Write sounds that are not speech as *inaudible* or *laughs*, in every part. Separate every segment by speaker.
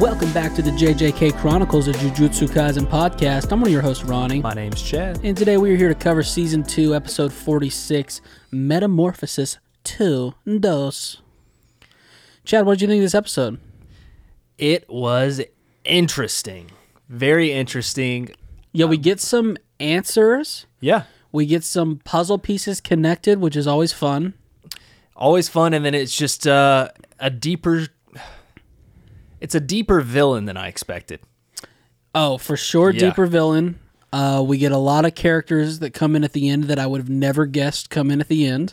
Speaker 1: welcome back to the JJK Chronicles of Jujutsu Kaisen podcast. I'm one of your hosts, Ronnie.
Speaker 2: My name's Chad.
Speaker 1: And today we are here to cover season 2, episode 46, Metamorphosis 2 Dos. Chad, what did you think of this episode?
Speaker 2: It was interesting. Very interesting.
Speaker 1: Yeah, we get some answers.
Speaker 2: Yeah.
Speaker 1: We get some puzzle pieces connected, which is always fun.
Speaker 2: Always fun and then it's just uh, a deeper it's a deeper villain than I expected.
Speaker 1: Oh, for sure,
Speaker 2: Yeah.
Speaker 1: deeper villain. Uh, we get a lot of characters that come in at the end that I would have never guessed come in at the end.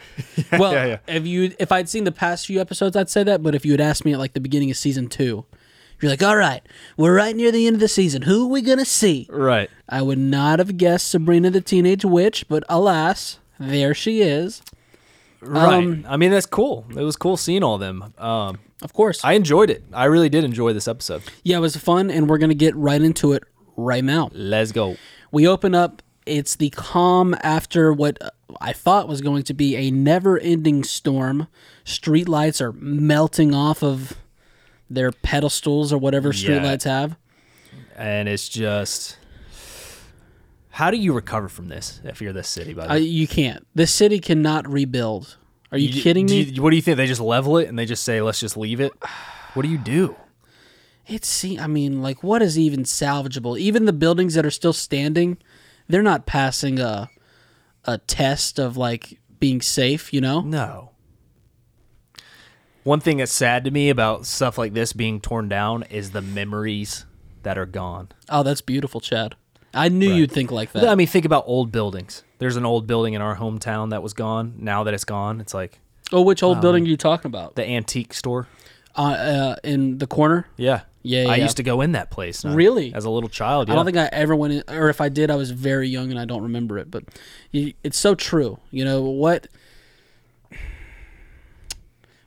Speaker 2: *laughs*
Speaker 1: well,
Speaker 2: yeah, yeah.
Speaker 1: if you if I'd seen the past few episodes, I'd say that. But if you had asked me at like the beginning of season two, you're like, "All right, we're right near the end of the season. Who are we gonna see?"
Speaker 2: Right.
Speaker 1: I would not have guessed Sabrina the Teenage Witch, but alas, there she is.
Speaker 2: Right. Um, I mean that's cool. It was cool seeing all them. Um
Speaker 1: Of course,
Speaker 2: I enjoyed it. I really did enjoy this episode.
Speaker 1: yeah, it was fun, and we're gonna get right into it right now.
Speaker 2: Let's go.
Speaker 1: We open up. It's the calm after what I thought was going to be a never-ending storm. Streetlights are melting off of their pedestals or whatever streetlights have.
Speaker 2: And it's just how do you recover from this if you're this city by the
Speaker 1: Uh, you can't. The city cannot rebuild. Are you,
Speaker 2: You-
Speaker 1: kidding
Speaker 2: do
Speaker 1: me?
Speaker 2: you- what do you think? They just level it and they just say, "Let's just leave it." What do you do?
Speaker 1: It's see, I mean, like, what is even salvageable? Even the buildings that are still standing, they're not passing a a test of like being safe. You know?
Speaker 2: No. One thing that's sad to me about stuff like this being torn down is the memories that are gone.
Speaker 1: Oh, that's beautiful, Chad. I knew you'd think like that.
Speaker 2: I mean, think about old buildings. There's an old building in our hometown that was gone. Now that it's gone, it's like
Speaker 1: oh, which old building are you talking about?
Speaker 2: the antique store.
Speaker 1: Uh, uh, in the corner.
Speaker 2: Yeah.
Speaker 1: Yeah,
Speaker 2: I
Speaker 1: yeah.
Speaker 2: used to go in that place. and I-
Speaker 1: Really?
Speaker 2: As a little child.
Speaker 1: I
Speaker 2: yeah.
Speaker 1: don't think I ever went in, or if I did, I was very young and I don't remember it. But y it's so true, you know what?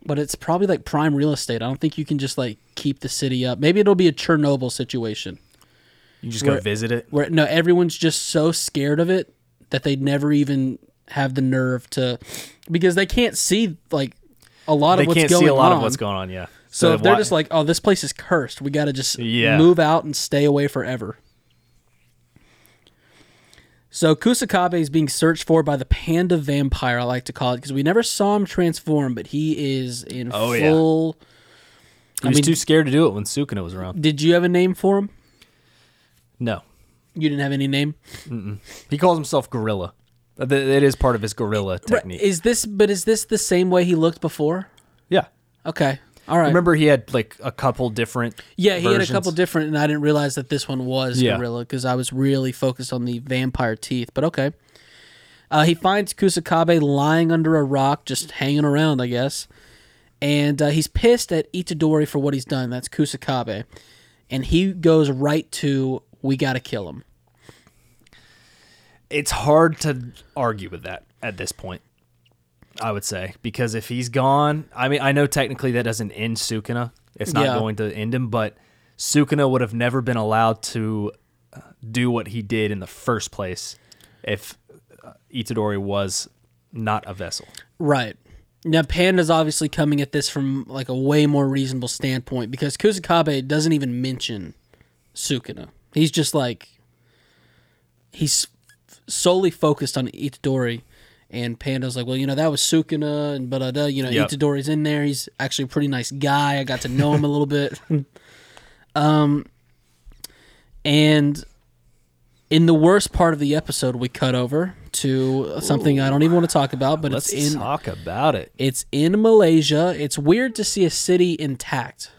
Speaker 1: But it's probably like prime real estate. I don't think you can just like keep the city up. Maybe it'll be a Chernobyl situation
Speaker 2: you just go
Speaker 1: we're-
Speaker 2: visit it.
Speaker 1: where no, everyone's just so scared of it that they never even have the nerve to, because they can't see like a lot
Speaker 2: They
Speaker 1: of what's
Speaker 2: can't
Speaker 1: going
Speaker 2: see a lot
Speaker 1: on.
Speaker 2: of what's going on. Yeah.
Speaker 1: so if they're
Speaker 2: why-
Speaker 1: just like, oh, this place is cursed. We got to just
Speaker 2: Yeah.
Speaker 1: move out and stay away forever. So Kusakabe is being searched for by the panda vampire, I like to call it, because we never saw him transform, but he is in
Speaker 2: Oh, yeah.
Speaker 1: full.
Speaker 2: he
Speaker 1: I
Speaker 2: was
Speaker 1: mean-
Speaker 2: too scared to do it when Sukuna was around.
Speaker 1: Did you have a name for him?
Speaker 2: No.
Speaker 1: You didn't have any name.
Speaker 2: He calls himself Gorilla. Uh, th- It is part of his gorilla technique.
Speaker 1: Is this? But is this the same way he looked before?
Speaker 2: yeah.
Speaker 1: Okay, all right.
Speaker 2: Remember, he had like a couple different.
Speaker 1: yeah, he had a
Speaker 2: versions?
Speaker 1: couple different, and I didn't realize that this one was
Speaker 2: Yeah.
Speaker 1: gorilla because I was really focused on the vampire teeth. But okay, uh, he finds Kusakabe lying under a rock, just hanging around, I guess, and uh, he's pissed at Itadori for what he's done. That's Kusakabe, and he goes right to we gotta kill him.
Speaker 2: It's hard to argue with that at this point. I would say because if he's gone, I mean, I know technically that doesn't end Sukuna. It's not
Speaker 1: Yeah.
Speaker 2: going to end him, but Sukuna would have never been allowed to uh, do what he did in the first place if uh, Itadori was not a vessel.
Speaker 1: Right. Now Panda's obviously coming at this from like a way more reasonable standpoint because Kusakabe doesn't even mention Sukuna. He's just like he's solely focused on Itadori and Panda's like, "Well, you know, that was Sukuna and blah blah, blah. you know,
Speaker 2: Yep.
Speaker 1: Itadori's in there. He's actually a pretty nice guy. I got to know him a little
Speaker 2: *laughs*
Speaker 1: bit." um and in the worst part of the episode, we cut over to something I don't even want to talk about, but
Speaker 2: Let's
Speaker 1: it's in
Speaker 2: talk about it.
Speaker 1: it's in Malaysia. It's weird to see a city intact.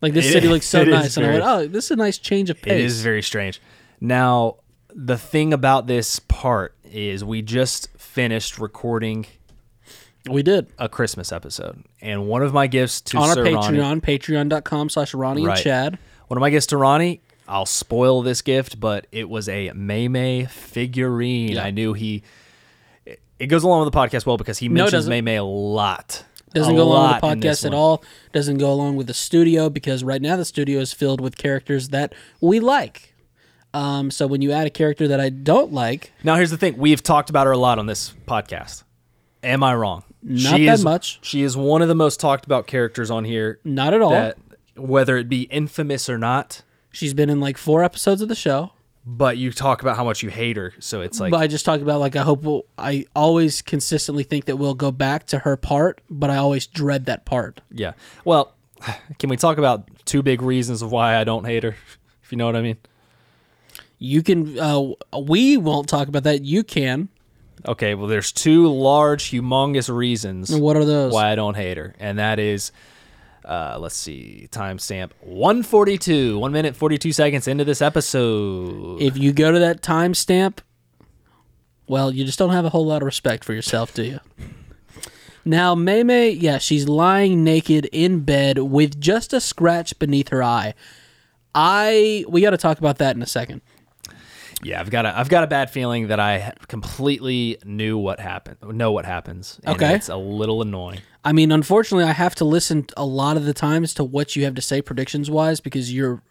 Speaker 1: Like this
Speaker 2: It
Speaker 1: city
Speaker 2: is-
Speaker 1: looks so
Speaker 2: it is
Speaker 1: nice, and I
Speaker 2: very-
Speaker 1: went, "Oh, this is a nice change of pace."
Speaker 2: It is very strange. Now, the thing about this part is we just finished recording
Speaker 1: We did
Speaker 2: a Christmas episode, and one of my gifts to
Speaker 1: on our
Speaker 2: Sir Ronnie,
Speaker 1: Patreon, Patreon.com/slash Ronnie
Speaker 2: Right.
Speaker 1: and Chad.
Speaker 2: one of my gifts to Ronnie, I'll spoil this gift, but it was a May May figurine. I knew he. it- It goes along with the podcast well because he mentions
Speaker 1: doesn't.
Speaker 2: May May a lot.
Speaker 1: Doesn't
Speaker 2: A
Speaker 1: go along with the
Speaker 2: lot in this
Speaker 1: podcast at
Speaker 2: one.
Speaker 1: all. Doesn't go along with the studio because right now the studio is filled with characters that we like. Um, so when you add a character that I don't like,
Speaker 2: Now, here's the thing: we've talked about her a lot on this podcast. Am I wrong?
Speaker 1: Not
Speaker 2: she
Speaker 1: that
Speaker 2: is-
Speaker 1: much.
Speaker 2: She is one of the most talked about characters on here.
Speaker 1: not at all.
Speaker 2: that whether it be infamous or not.
Speaker 1: She's been in like four episodes of the show.
Speaker 2: But you talk about how much you hate her, so it's like
Speaker 1: but I just talked about like I hope we'll, I always consistently think that we'll go back to her part, but I always dread that part.
Speaker 2: Yeah. Well, can we talk about two big reasons of why I don't hate her? If you know what I mean.
Speaker 1: You can uh, we won't talk about that. You can.
Speaker 2: Okay. Well, there's two large, humongous reasons
Speaker 1: And what are those?
Speaker 2: why I don't hate her, and that is, uh, let's see, timestamp 142, one minute 42 seconds into this episode.
Speaker 1: If you go to that timestamp, well, you just don't have a whole lot of respect for yourself, do you? Now, Maymay, yeah, she's lying naked in bed with just a scratch beneath her eye. I we got to talk about that in a second.
Speaker 2: Yeah, I've got a I've got a bad feeling that I completely knew what happened, know what happens. and
Speaker 1: Okay.
Speaker 2: it's a little annoying.
Speaker 1: I mean, unfortunately, I have to listen a lot of the times to what you have to say predictions wise because you're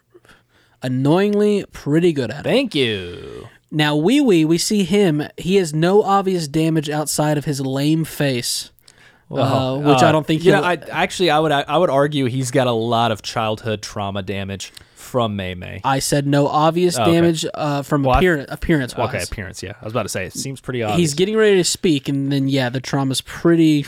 Speaker 1: annoyingly pretty good at it.
Speaker 2: Thank you.
Speaker 1: Now, Wee Wee, we see him. He has no obvious damage outside of his lame face, uh, which I
Speaker 2: Uh,
Speaker 1: don't think.
Speaker 2: You know,
Speaker 1: he'll-
Speaker 2: I actually I would I would argue he's got a lot of childhood trauma damage from May May.
Speaker 1: I said no obvious
Speaker 2: Oh, okay.
Speaker 1: damage uh, from
Speaker 2: Well, I-
Speaker 1: appearance appearance wise.
Speaker 2: Okay, appearance. Yeah, I was about to say it seems pretty obvious.
Speaker 1: He's getting ready to speak, and then yeah, the trauma's pretty,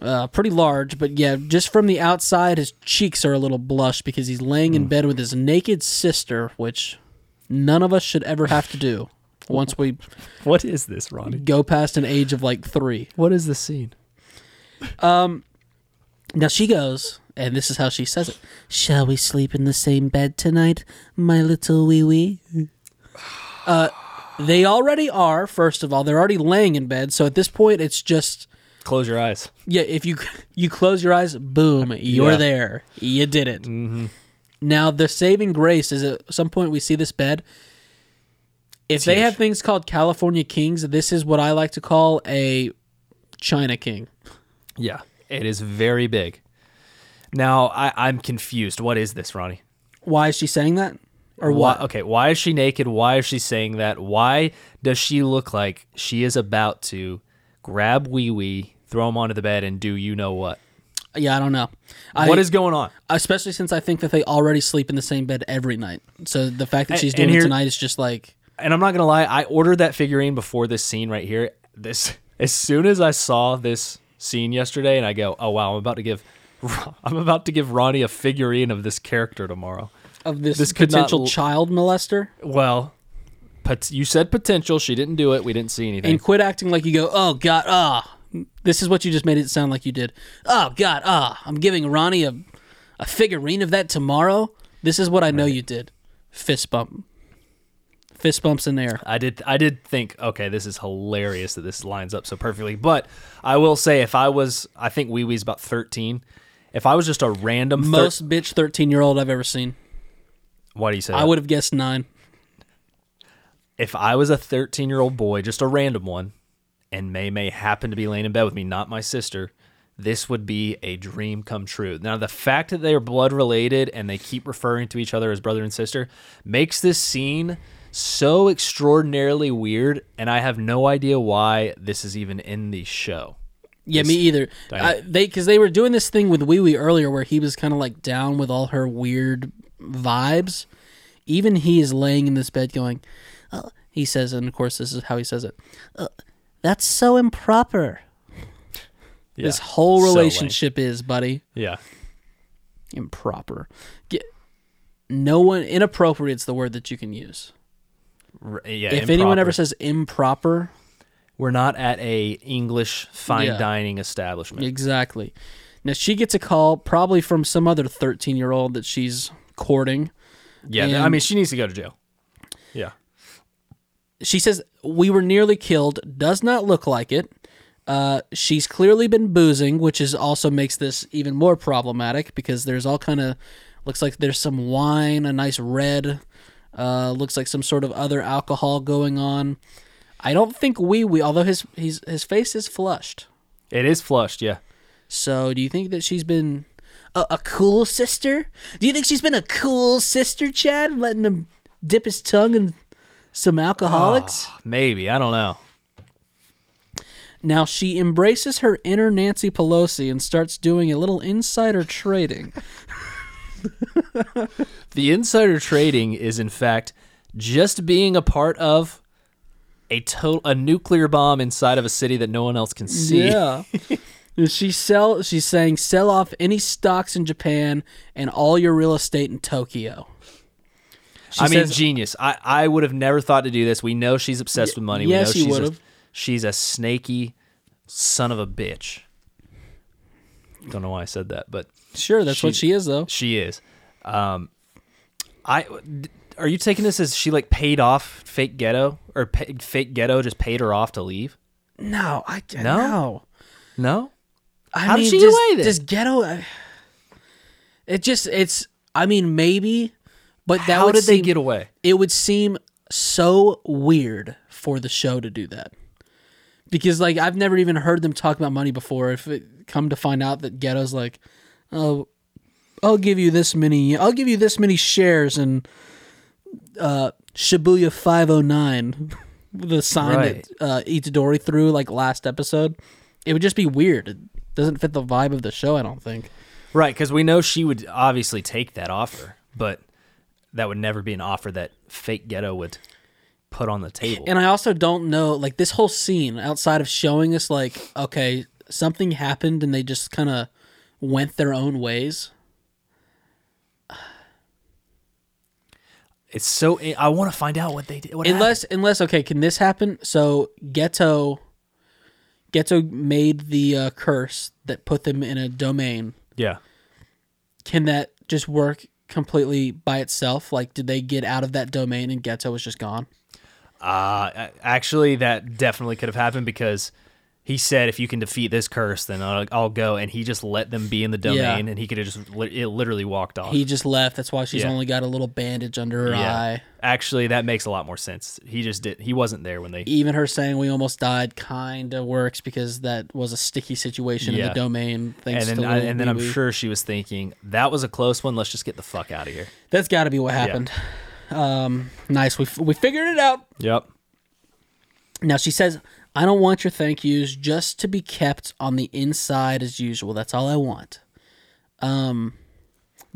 Speaker 1: uh, pretty large. But yeah, just from the outside, his cheeks are a little blushed because he's laying
Speaker 2: Hmm.
Speaker 1: in bed with his naked sister, which none of us should ever have to do. Once we
Speaker 2: what is this, Ronnie?
Speaker 1: go past an age of like three,
Speaker 2: What is the scene?
Speaker 1: Now she goes, and this is how she says it. Shall we sleep in the same bed tonight, my little wee wee? Uh, they already are. First of all, they're already laying in bed. So at this point, it's just
Speaker 2: Close your eyes.
Speaker 1: yeah. If you *laughs* you close your eyes, boom, you're
Speaker 2: Yeah.
Speaker 1: there. You did it. Mm-hmm. Now the saving grace is at some point we see this bed. If they
Speaker 2: huge.
Speaker 1: have things called California Kings, this is what I like to call a China King.
Speaker 2: Yeah, it is very big. Now I, I'm confused. What is this, Ronnie?
Speaker 1: Why is she saying that? Or
Speaker 2: Why,
Speaker 1: what?
Speaker 2: okay, why is she naked? Why is she saying that? Why does she look like she is about to grab Wee Wee, throw him onto the bed, and do you know what?
Speaker 1: Yeah, I don't know. I,
Speaker 2: what is going on?
Speaker 1: especially since I think that they already sleep in the same bed every night. So the fact that
Speaker 2: And-
Speaker 1: she's
Speaker 2: and
Speaker 1: doing
Speaker 2: here-
Speaker 1: it tonight is just like
Speaker 2: and I'm not gonna lie, I ordered that figurine before this scene right here. This *laughs* as soon as I saw this scene yesterday, and I go, "Oh wow, I'm about to give, *laughs* I'm about to give Ronnie a figurine of this character tomorrow."
Speaker 1: of this,
Speaker 2: This could not
Speaker 1: potential
Speaker 2: l-
Speaker 1: child molester.
Speaker 2: Well, pot- you said potential. She didn't do it. We didn't see anything.
Speaker 1: And quit acting like you go, oh god, ah. This is what you just made it sound like you did. Oh god, ah. I'm giving Ronnie a a figurine of that tomorrow. This is what I know you did. Fist bump. Fist bumps in there.
Speaker 2: I did. I did think, okay, this is hilarious that this lines up so perfectly. But I will say, if I was, I think Wee Wee's about 13. If I was just a random, thir-
Speaker 1: Most bitch thirteen year old I've ever seen.
Speaker 2: why do you say
Speaker 1: I
Speaker 2: that?
Speaker 1: would have guessed nine.
Speaker 2: if I was a 13 year old boy, just a random one, and May May happened to be laying in bed with me, not my sister, this would be a dream come true. Now, the fact that they are blood related and they keep referring to each other as brother and sister makes this scene so extraordinarily weird, and I have no idea why this is even in the show.
Speaker 1: Yeah, me either.
Speaker 2: Diana.
Speaker 1: I, they because they were doing this thing with Wee Wee earlier, where he was kind of like down with all her weird vibes. Even he is laying in this bed, going, uh, he says, and of course this is how he says it. Uh, That's so improper. This
Speaker 2: Yeah.
Speaker 1: whole
Speaker 2: So lame.
Speaker 1: relationship is, buddy,
Speaker 2: Yeah.
Speaker 1: improper. Get, no one inappropriate's the word that you can use.
Speaker 2: R- yeah
Speaker 1: If anyone
Speaker 2: improper.
Speaker 1: ever says improper,
Speaker 2: we're not at a English fine
Speaker 1: Yeah.
Speaker 2: dining establishment.
Speaker 1: Exactly. Now she gets a call probably from some other 13 year old that she's courting.
Speaker 2: Yeah, I
Speaker 1: And-
Speaker 2: mean, she needs to go to jail. Yeah.
Speaker 1: She says, We were nearly killed. Does not look like it. Uh, she's clearly been boozing, which is also makes this even more problematic because there's all kind of looks like there's some wine, a nice red, uh, looks like some sort of other alcohol going on. I don't think Wee Wee, although his he's, his face is flushed.
Speaker 2: It is flushed, yeah.
Speaker 1: So, do you think that she's been a, a cool sister? Do you think she's been a cool sister, Chad, letting him dip his tongue in some alcoholics?
Speaker 2: Maybe I don't know.
Speaker 1: Now she embraces her inner Nancy Pelosi and starts doing a little insider trading.
Speaker 2: *laughs* The insider trading is, in fact, just being a part of a to- a nuclear bomb inside of a city that no one else can see.
Speaker 1: Yeah. she sell she's saying sell off any stocks in Japan and all your real estate in Tokyo. She
Speaker 2: I mean,
Speaker 1: says-
Speaker 2: genius. I, I would have never thought to do this. We know she's obsessed with money.
Speaker 1: yes,
Speaker 2: we
Speaker 1: you
Speaker 2: know she's a,
Speaker 1: would've.
Speaker 2: she's a snaky son of a bitch. Don't know why I said that, but
Speaker 1: Sure, that's what
Speaker 2: She-
Speaker 1: she is though.
Speaker 2: she is. Um, I are you taking this as she like paid off fake ghetto or pa fake ghetto just paid her off to leave?
Speaker 1: No, I no.
Speaker 2: No? No,
Speaker 1: I
Speaker 2: How did
Speaker 1: mean,
Speaker 2: she get
Speaker 1: just,
Speaker 2: away then?
Speaker 1: Just ghetto. I- It just it's. I mean, maybe, but that
Speaker 2: how
Speaker 1: would
Speaker 2: did they
Speaker 1: seem-
Speaker 2: get away?
Speaker 1: It would seem so weird for the show to do that, because like I've never even heard them talk about money before. If it come to find out that ghetto's like, oh, I'll give you this many. I'll give you this many shares in uh, Shibuya five oh nine. *laughs* The sign
Speaker 2: Right.
Speaker 1: that uh, Itadori threw like last episode, it would just be weird. It doesn't fit the vibe of the show, I don't think.
Speaker 2: Right, because we know she would obviously take that offer, but that would never be an offer that fake ghetto would put on the table.
Speaker 1: And I also don't know, like this whole scene outside of showing us, like, okay, something happened and they just kind of went their own ways.
Speaker 2: It's so I want to find out what they did. What
Speaker 1: unless, unless, okay, can this happen? So Ghetto, Ghetto made the uh, curse that put them in a domain.
Speaker 2: happened. yeah,
Speaker 1: Can that just work completely by itself? Like, did they get out of that domain and Ghetto was just gone?
Speaker 2: uh, actually, that definitely could have happened because he said, "If you can defeat this curse, then I'll, I'll go." And he just let them be in the domain,
Speaker 1: Yeah.
Speaker 2: and he could have just li- it literally walked off.
Speaker 1: He just left. That's why she's
Speaker 2: Uh, Yeah.
Speaker 1: only got a little bandage under her
Speaker 2: Yeah.
Speaker 1: eye.
Speaker 2: Actually, that makes a lot more sense. He just did. He wasn't there when they.
Speaker 1: even her saying we almost died kind of works because that was a sticky situation in
Speaker 2: Yeah.
Speaker 1: the domain. Thanks
Speaker 2: And then,
Speaker 1: to
Speaker 2: I,
Speaker 1: Lil
Speaker 2: and then I'm
Speaker 1: Wee Wee.
Speaker 2: sure she was thinking that was a close one. Let's just get the fuck out of here.
Speaker 1: that's got to be what happened. Um, nice, we f- we figured it out.
Speaker 2: Yep.
Speaker 1: Now she says, "I don't want your thank yous, just to be kept on the inside as usual. That's all I want." Um,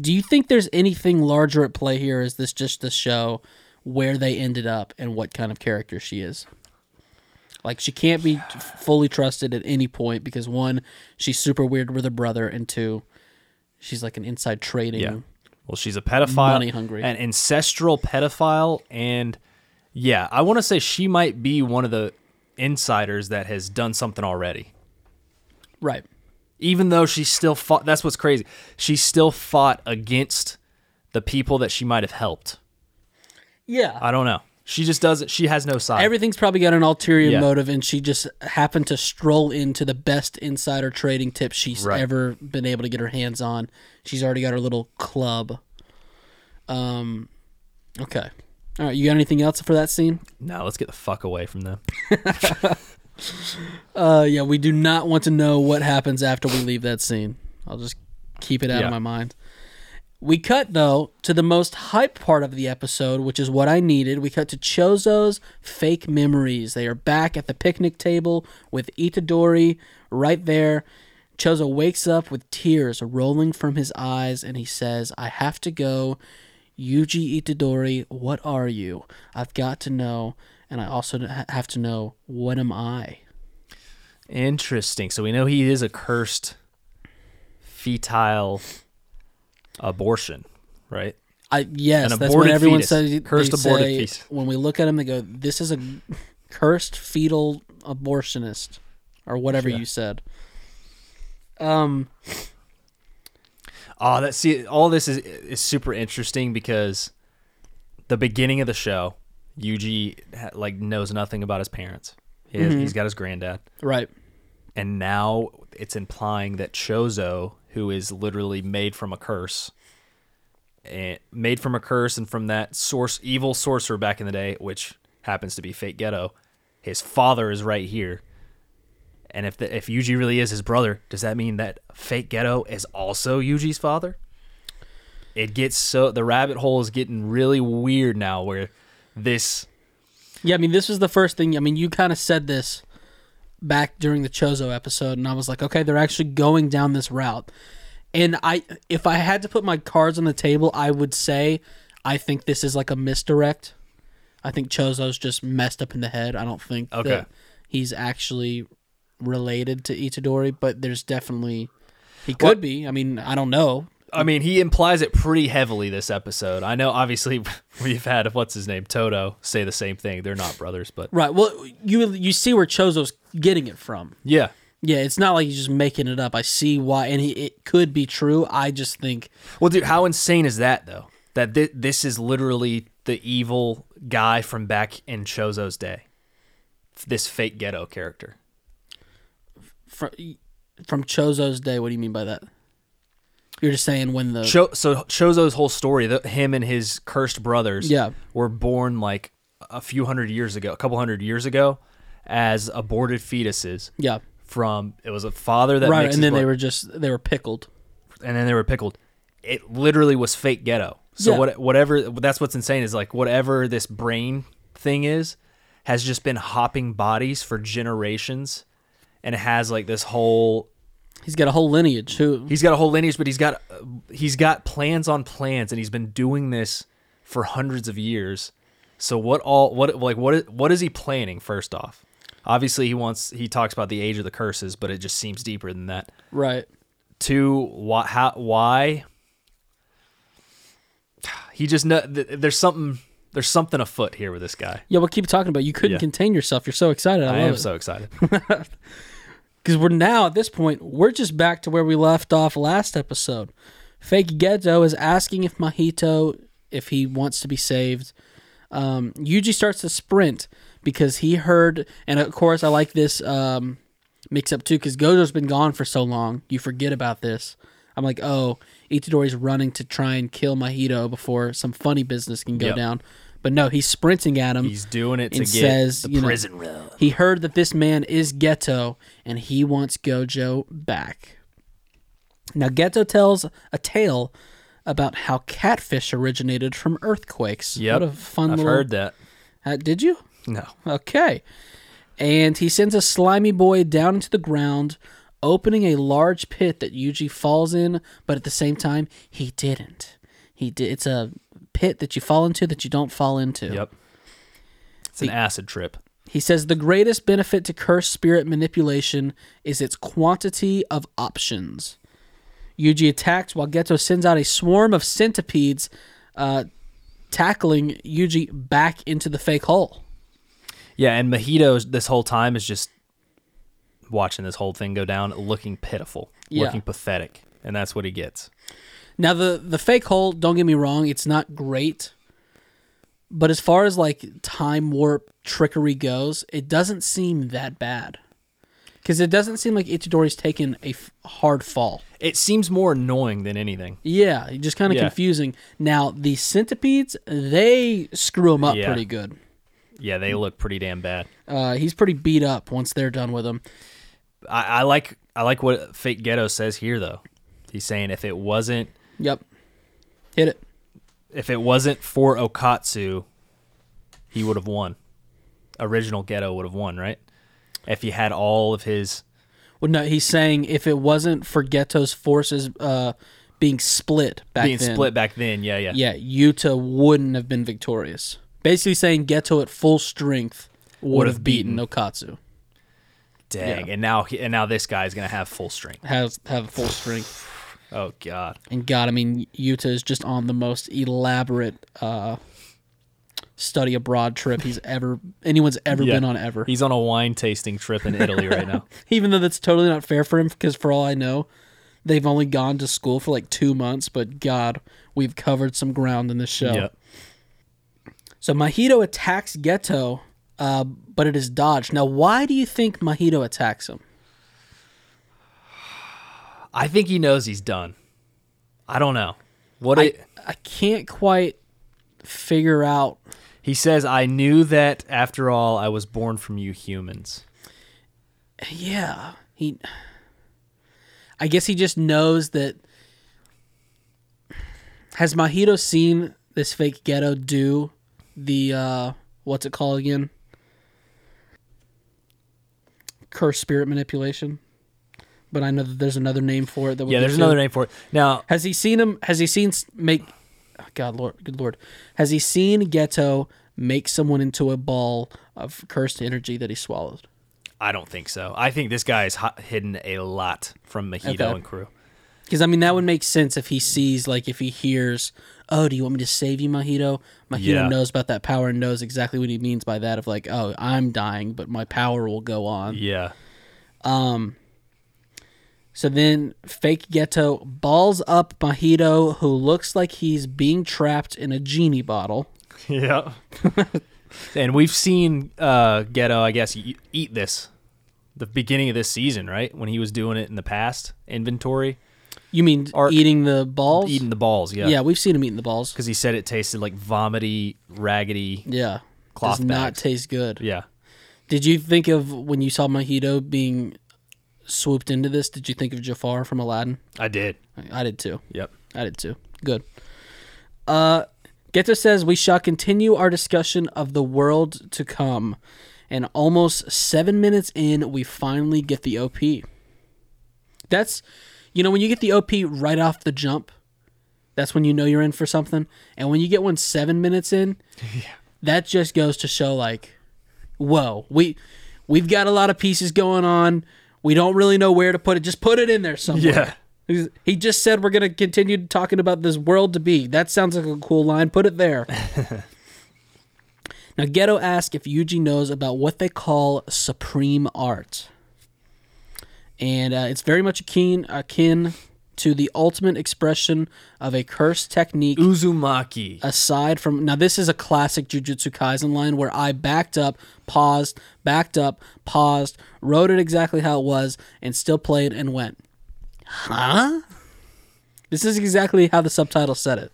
Speaker 1: do you think there's anything larger at play here? Is this just the show where they ended up and what kind of character she is? Like she can't be t- fully trusted at any point because one, she's super weird with her brother, and two, she's like an inside trading.
Speaker 2: Yeah. Well, she's a pedophile,
Speaker 1: Money hungry.
Speaker 2: an ancestral pedophile, and yeah, I want to say she might be one of the insiders that has done something already.
Speaker 1: Right.
Speaker 2: Even though she still fought, that's what's crazy. She still fought against the people that she might have helped.
Speaker 1: Yeah.
Speaker 2: I don't know. She just doesn't. She has no side.
Speaker 1: Everything's probably got an ulterior
Speaker 2: Yeah.
Speaker 1: motive, and she just happened to stroll into the best insider trading tip she's
Speaker 2: Right.
Speaker 1: ever been able to get her hands on. She's already got her little club. Um, okay. All right, you got anything else for that scene?
Speaker 2: no, let's get the fuck away from them.
Speaker 1: Uh, yeah, we do not want to know what happens after we leave that scene. I'll just keep it out
Speaker 2: Yeah.
Speaker 1: of my mind. We cut though to the most hype part of the episode, which is what I needed. We cut to Chozo's fake memories. They are back at the picnic table with Itadori right there. Chozo wakes up with tears rolling from his eyes and he says, I have to go. Yuji Itadori, what are you? I've got to know. And I also ha- have to know, what am I?
Speaker 2: Interesting. So we know he is a cursed, fetal abortion, right?
Speaker 1: I yes,
Speaker 2: An
Speaker 1: that's what
Speaker 2: aborted
Speaker 1: everyone
Speaker 2: fetus.
Speaker 1: says.
Speaker 2: Cursed
Speaker 1: they
Speaker 2: aborted
Speaker 1: say-
Speaker 2: fetus.
Speaker 1: When we look at him, they go, "This is a cursed fetal abortionist," or whatever you said. Um,
Speaker 2: Oh, that see, all this is is super interesting because the beginning of the show, Yuji ha- like knows nothing about his parents. He has, He's got his granddad,
Speaker 1: right.
Speaker 2: and now it's implying that Chozo, who is literally made from a curse, and made from a curse, and from that source, evil sorcerer back in the day, which happens to be Fate Ghetto, his father is right here. And if the, if Yuji really is his brother, does that mean that Fate Ghetto is also Yuji's father? It gets so the rabbit hole is getting really weird now, where this
Speaker 1: Yeah, I mean, this was the first thing. I mean, you kind of said this back during the Chozo episode, and I was like, okay, they're actually going down this route. And I, if I had to put my cards on the table, I would say I think this is like a misdirect. I think Chozo's just messed up in the head. I don't think
Speaker 2: Okay.
Speaker 1: that he's actually related to Itadori, but there's definitely he could be. I mean, I don't know.
Speaker 2: I mean, he implies it pretty heavily this episode. I know, obviously, *laughs* we've had what's his name, Toto, say the same thing. They're not brothers, but
Speaker 1: Right. Well, you you see where Chozo's getting it from.
Speaker 2: yeah,
Speaker 1: Yeah, it's not like he's just making it up. I see why, and he, it could be true. I just think
Speaker 2: Well, dude, how insane is that though? That thi- this is literally the evil guy from back in Chozo's day. This fake ghetto character.
Speaker 1: from, from Chozo's day. What do you mean by that? You're just saying when the
Speaker 2: Cho- so Chozo's whole story, the, him and his cursed brothers,
Speaker 1: Yeah.
Speaker 2: were born like a few hundred years ago, a couple hundred years ago, as aborted fetuses.
Speaker 1: yeah
Speaker 2: From it was a father that
Speaker 1: right,
Speaker 2: mixed
Speaker 1: and
Speaker 2: his
Speaker 1: then they
Speaker 2: blood-
Speaker 1: were just they were pickled.
Speaker 2: and then they were pickled. It literally was fake ghetto. So
Speaker 1: Yeah.
Speaker 2: what, whatever that's what's insane is like whatever this brain thing is has just been hopping bodies for generations and has like this whole
Speaker 1: He's got a whole lineage. Who
Speaker 2: he's got a whole lineage but he's got uh, he's got plans on plans and he's been doing this for hundreds of years. So what all what like what is- what is he planning first off? Obviously he wants he talks about the age of the curses, but it just seems deeper than that
Speaker 1: right?
Speaker 2: two why, how, why he just know th- there's something there's something afoot here with this guy
Speaker 1: Yeah, we'll keep talking about. it. You couldn't
Speaker 2: Yeah.
Speaker 1: contain yourself. You're so excited. I,
Speaker 2: i,
Speaker 1: love
Speaker 2: am
Speaker 1: it. *laughs*
Speaker 2: so excited
Speaker 1: because we're now at this point we're just back to where we left off last episode fake ghetto is asking if mahito if he wants to be saved um, yuji starts to sprint because he heard and of course i like this um, mix up too because gojo's been gone for so long you forget about this i'm like oh itadori's running to try and kill mahito before some funny business can go
Speaker 2: Yep.
Speaker 1: down but no he's sprinting at him
Speaker 2: he's doing it to
Speaker 1: And
Speaker 2: get
Speaker 1: says,
Speaker 2: the
Speaker 1: you know-
Speaker 2: prison row
Speaker 1: he heard that this man is Ghetto and he wants Gojo back. Now, Ghetto tells a tale about how catfish originated from earthquakes.
Speaker 2: yep
Speaker 1: What a fun
Speaker 2: i've
Speaker 1: little.
Speaker 2: heard that
Speaker 1: Uh, did you?
Speaker 2: no
Speaker 1: Okay. And he sends a slimy boy down into the ground, opening a large pit that Yuji falls in, but at the same time, he didn't. He did. It's a pit that you fall into that you don't fall into.
Speaker 2: yep it's an acid trip
Speaker 1: He says the greatest benefit to curse spirit manipulation is its quantity of options. Yuji attacks while Geto sends out a swarm of centipedes, uh, tackling Yuji back into the fake hole.
Speaker 2: yeah and mojito this whole time is just watching this whole thing go down looking pitiful
Speaker 1: Yeah.
Speaker 2: looking pathetic and that's what he gets
Speaker 1: Now the the fake hole, don't get me wrong, it's not great. But as far as like time warp trickery goes, it doesn't seem that bad. Cuz it doesn't seem like Itadori's taken a f- hard fall.
Speaker 2: it seems more annoying than anything
Speaker 1: Yeah, just kind of
Speaker 2: Yeah.
Speaker 1: confusing. Now the centipedes, they screw him up
Speaker 2: Yeah.
Speaker 1: pretty good.
Speaker 2: yeah
Speaker 1: Mm.
Speaker 2: they look pretty damn bad
Speaker 1: Uh, he's pretty beat up once they're done with him.
Speaker 2: I, I like I like what Fake Ghetto says here though. He's saying if it wasn't
Speaker 1: Yep, hit it.
Speaker 2: if it wasn't for Okatsu, he would have won. Original Ghetto would have won, right? If he had all of his
Speaker 1: Well, no, he's saying if it wasn't for Ghetto's forces uh, being split back
Speaker 2: being
Speaker 1: then,
Speaker 2: split back then, yeah, yeah,
Speaker 1: yeah, Yuta wouldn't have been victorious. Basically, saying Ghetto at full strength would
Speaker 2: Would
Speaker 1: have
Speaker 2: have
Speaker 1: beaten Okatsu.
Speaker 2: Dang, and now he, and now this guy's gonna have full strength.
Speaker 1: Has have full strength.
Speaker 2: Oh God,
Speaker 1: And God, I mean, Utah is just on the most elaborate uh, study abroad trip he's ever anyone's ever
Speaker 2: Yeah.
Speaker 1: been on ever.
Speaker 2: he's on a wine tasting trip in Italy
Speaker 1: *laughs*
Speaker 2: right now.
Speaker 1: Even though that's totally not fair for him, because for all I know, they've only gone to school for like two months. But God, we've covered some ground in this show.
Speaker 2: Yep.
Speaker 1: So Mahito attacks Ghetto, uh, but it is dodged. Now, why do you think Mahito attacks him?
Speaker 2: I think he knows he's done. I don't know what it.
Speaker 1: I can't quite figure out.
Speaker 2: He says, "I knew that after all, I was born from you humans."
Speaker 1: Yeah, he. I guess he just knows that. Has Mahito seen this fake ghetto do the uh what's it called again? curse spirit manipulation, but I know that there's another name for it. That we'll
Speaker 2: Yeah,
Speaker 1: get
Speaker 2: there's
Speaker 1: to.
Speaker 2: another name for it. Now,
Speaker 1: Has he seen him? Has he seen s- make? oh, God, Lord, good Lord, has he seen Ghetto make someone into a ball of cursed energy that he swallowed?
Speaker 2: I don't think so. I think this guy is hi- hidden a lot from Mojito
Speaker 1: Okay.
Speaker 2: and crew.
Speaker 1: Because I mean, that would make sense if he sees, like, if he hears, "Oh, do you want me to save you, Mojito?" Mojito
Speaker 2: Yeah.
Speaker 1: knows about that power and knows exactly what he means by that. Of like, "Oh, I'm dying, but my power will go on."
Speaker 2: *laughs* Yeah.
Speaker 1: So then fake ghetto balls up Mojito, who looks like he's being trapped in a genie bottle. *laughs*
Speaker 2: Yeah. and we've seen uh, Ghetto, I guess, y- eat this the beginning of this season, right? When he was doing it in the past, inventory,
Speaker 1: You mean
Speaker 2: Arc.
Speaker 1: eating the balls?
Speaker 2: eating the balls. Yeah.
Speaker 1: yeah. we've seen him eating the balls.
Speaker 2: Because he said it tasted like vomity, raggedy.
Speaker 1: Yeah.
Speaker 2: Cloth
Speaker 1: Does not
Speaker 2: bags.
Speaker 1: taste good.
Speaker 2: Yeah.
Speaker 1: Did you think of when you saw Mojito being swooped into this? Did you think of Jafar from Aladdin?
Speaker 2: I did.
Speaker 1: I did too.
Speaker 2: Yep.
Speaker 1: I did too. Good. Uh, Geta says we shall continue our discussion of the world to come, and almost seven minutes in, we finally get the OP. That's, you know, when you get the OP right off the jump, that's when you know you're in for something. And when you get one seven minutes in, that just goes to show like, whoa, we we've got a lot of pieces going on. We don't really know where to put it. Just put it in there somewhere.
Speaker 2: Yeah.
Speaker 1: He's- He just said we're going to continue talking about this world to be. That sounds like a cool line. Put it there. now, Ghetto asks if Yuji knows about what they call supreme art. And uh, it's very much akin, akin to the ultimate expression of a cursed technique
Speaker 2: Uzumaki.
Speaker 1: aside from now this is a classic jujutsu kaisen line where i backed up paused backed up paused wrote it exactly how it was and still played and went huh this is exactly how the subtitle said it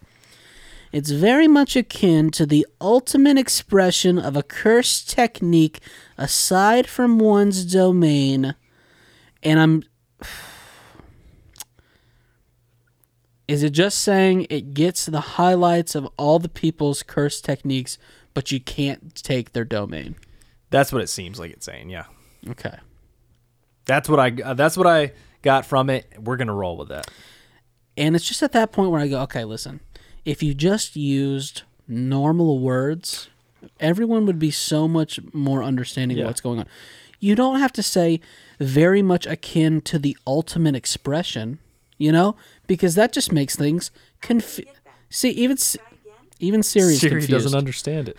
Speaker 1: it's very much akin to the ultimate expression of a cursed technique aside from one's domain and i'm Is it just saying it gets the highlights of all the people's curse techniques, but you can't take their domain?
Speaker 2: That's what it seems like it's saying. Yeah.
Speaker 1: Okay.
Speaker 2: That's what I. Uh, that's what I got from it. We're gonna roll with that.
Speaker 1: And it's just at that point where I go, okay, listen, if you just used normal words, everyone would be so much more understanding of
Speaker 2: Yeah.
Speaker 1: what's going on. You don't have to say very much akin to the ultimate expression, you know, because that just makes things confused. See, even S- even Siri's confused.
Speaker 2: understand it.